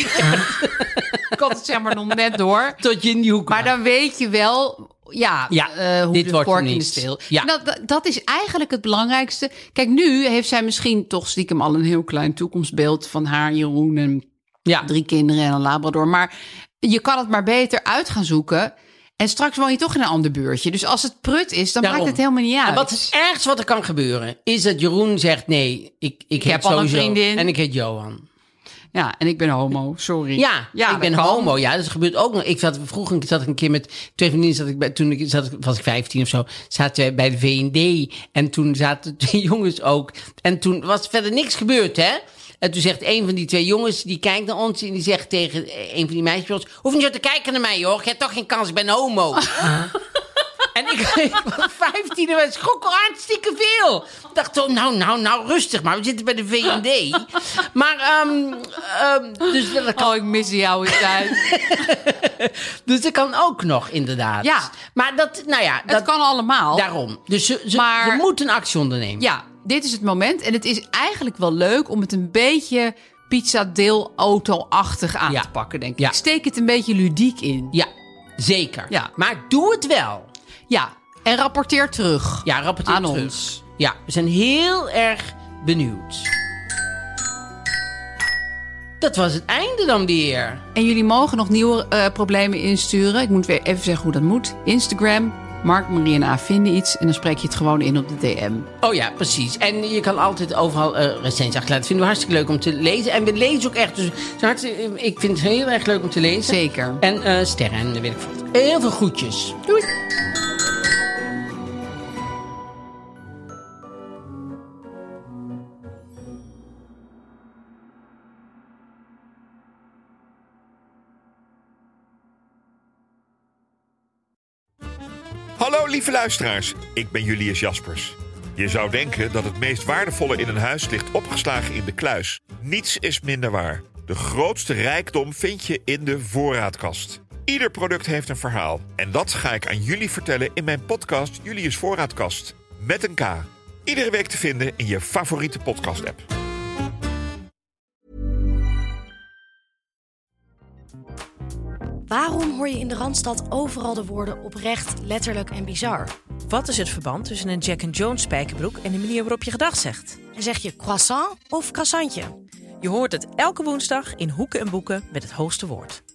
S4: Ik had het zeg maar nog net door.
S2: tot je in die hoek
S4: Maar
S2: kwam?
S4: dan weet je wel, ja,
S2: Ja,
S4: eh, hoe
S2: dit
S4: de
S2: wordt
S4: vork in de
S2: niks.
S4: steel.
S2: Ja.
S4: En Dat, dat, dat is eigenlijk het belangrijkste. Kijk, nu heeft zij misschien toch stiekem al een heel klein toekomstbeeld van haar, Jeroen en
S2: Ja.
S4: drie kinderen en een labrador. Maar je kan het maar beter uit gaan zoeken. En straks woon je toch in een ander buurtje. Dus als het prut is, dan
S2: Daarom.
S4: maakt het helemaal niet uit.
S2: En wat het ergste wat er kan gebeuren, is dat Jeroen zegt... nee, ik, ik, heet
S4: heb al een
S2: sowieso-
S4: vriendin.
S2: en ik heet Johan.
S4: Ja, en ik ben homo, sorry.
S2: Ja, ik
S4: dat
S2: ben
S4: kan.
S2: homo. Ja, dat gebeurt ook nog. Ik zat vroeger zat ik een keer met twee vriendinnen. Zat ik bij, toen ik, zat, ik- was ik 15 of zo. Zaten wij bij de VND. En toen zaten twee jongens ook. En toen was verder niks gebeurd, hè? En toen zegt een van die twee jongens, die kijkt naar ons en die zegt tegen een van die meisjes: bij ons, Hoef niet zo te kijken naar mij, hoor. Je hebt toch geen kans, ik ben homo. En ik, ik was 15 en wij schrokken hartstikke veel. Ik dacht, oh, nou, nou, nou, rustig maar. We zitten bij de VND. Maar, ehm, ehm, dus dat kan
S4: Oh, ik mis jou in tijd.
S2: dus dat kan ook nog, inderdaad.
S4: Ja.
S2: Maar dat, nou ja,
S4: dat
S2: dat,
S4: kan allemaal.
S2: daarom. Dus ze, ze,
S4: Maar-
S2: ze moet een actie ondernemen.
S4: Ja, dit is het moment. En het is eigenlijk wel leuk om het een beetje pizza-deel-auto-achtig aan
S2: Ja.
S4: te pakken, denk ik.
S2: Ja.
S4: Steek het een beetje ludiek in.
S2: Ja, zeker.
S4: Ja.
S2: Maar doe het wel.
S4: Ja, en rapporteer terug.
S2: Ja, rapporteer
S4: Aan
S2: terug.
S4: ons.
S2: Ja, we zijn heel erg benieuwd. Dat was het einde dan weer.
S4: En jullie mogen nog nieuwe eh, problemen insturen. Ik moet weer even zeggen hoe dat moet. Instagram, Mark, Marie en A vinden iets. En dan spreek je het gewoon in op de DM.
S2: Oh ja, precies. En je kan altijd overal eh recensies achterlaten. vinden we hartstikke leuk om te lezen. En we lezen ook echt. Dus het is hartstikke- ik vind het heel erg leuk om te lezen.
S4: Zeker.
S2: En eh, sterren en weet ik wat. Heel veel groetjes.
S4: Doei!
S6: Hallo lieve luisteraars, ik ben Julius Jaspers. Je zou denken dat het meest waardevolle in een huis ligt opgeslagen in de kluis. Niets is minder waar. De grootste rijkdom vind je in de voorraadkast. Ieder product heeft een verhaal. En dat ga ik aan jullie vertellen in mijn podcast Julius Voorraadkast. Met een K. Iedere week te vinden in je favoriete podcast-app.
S7: Waarom hoor je in de Randstad overal de woorden oprecht, letterlijk en bizar?
S8: Wat is het verband tussen een Jack and Jones spijkerbroek en de manier waarop je gedag zegt?
S7: En zeg je croissant of croissantje?
S8: Je hoort het elke woensdag in Hoeken en Boeken met het hoogste woord.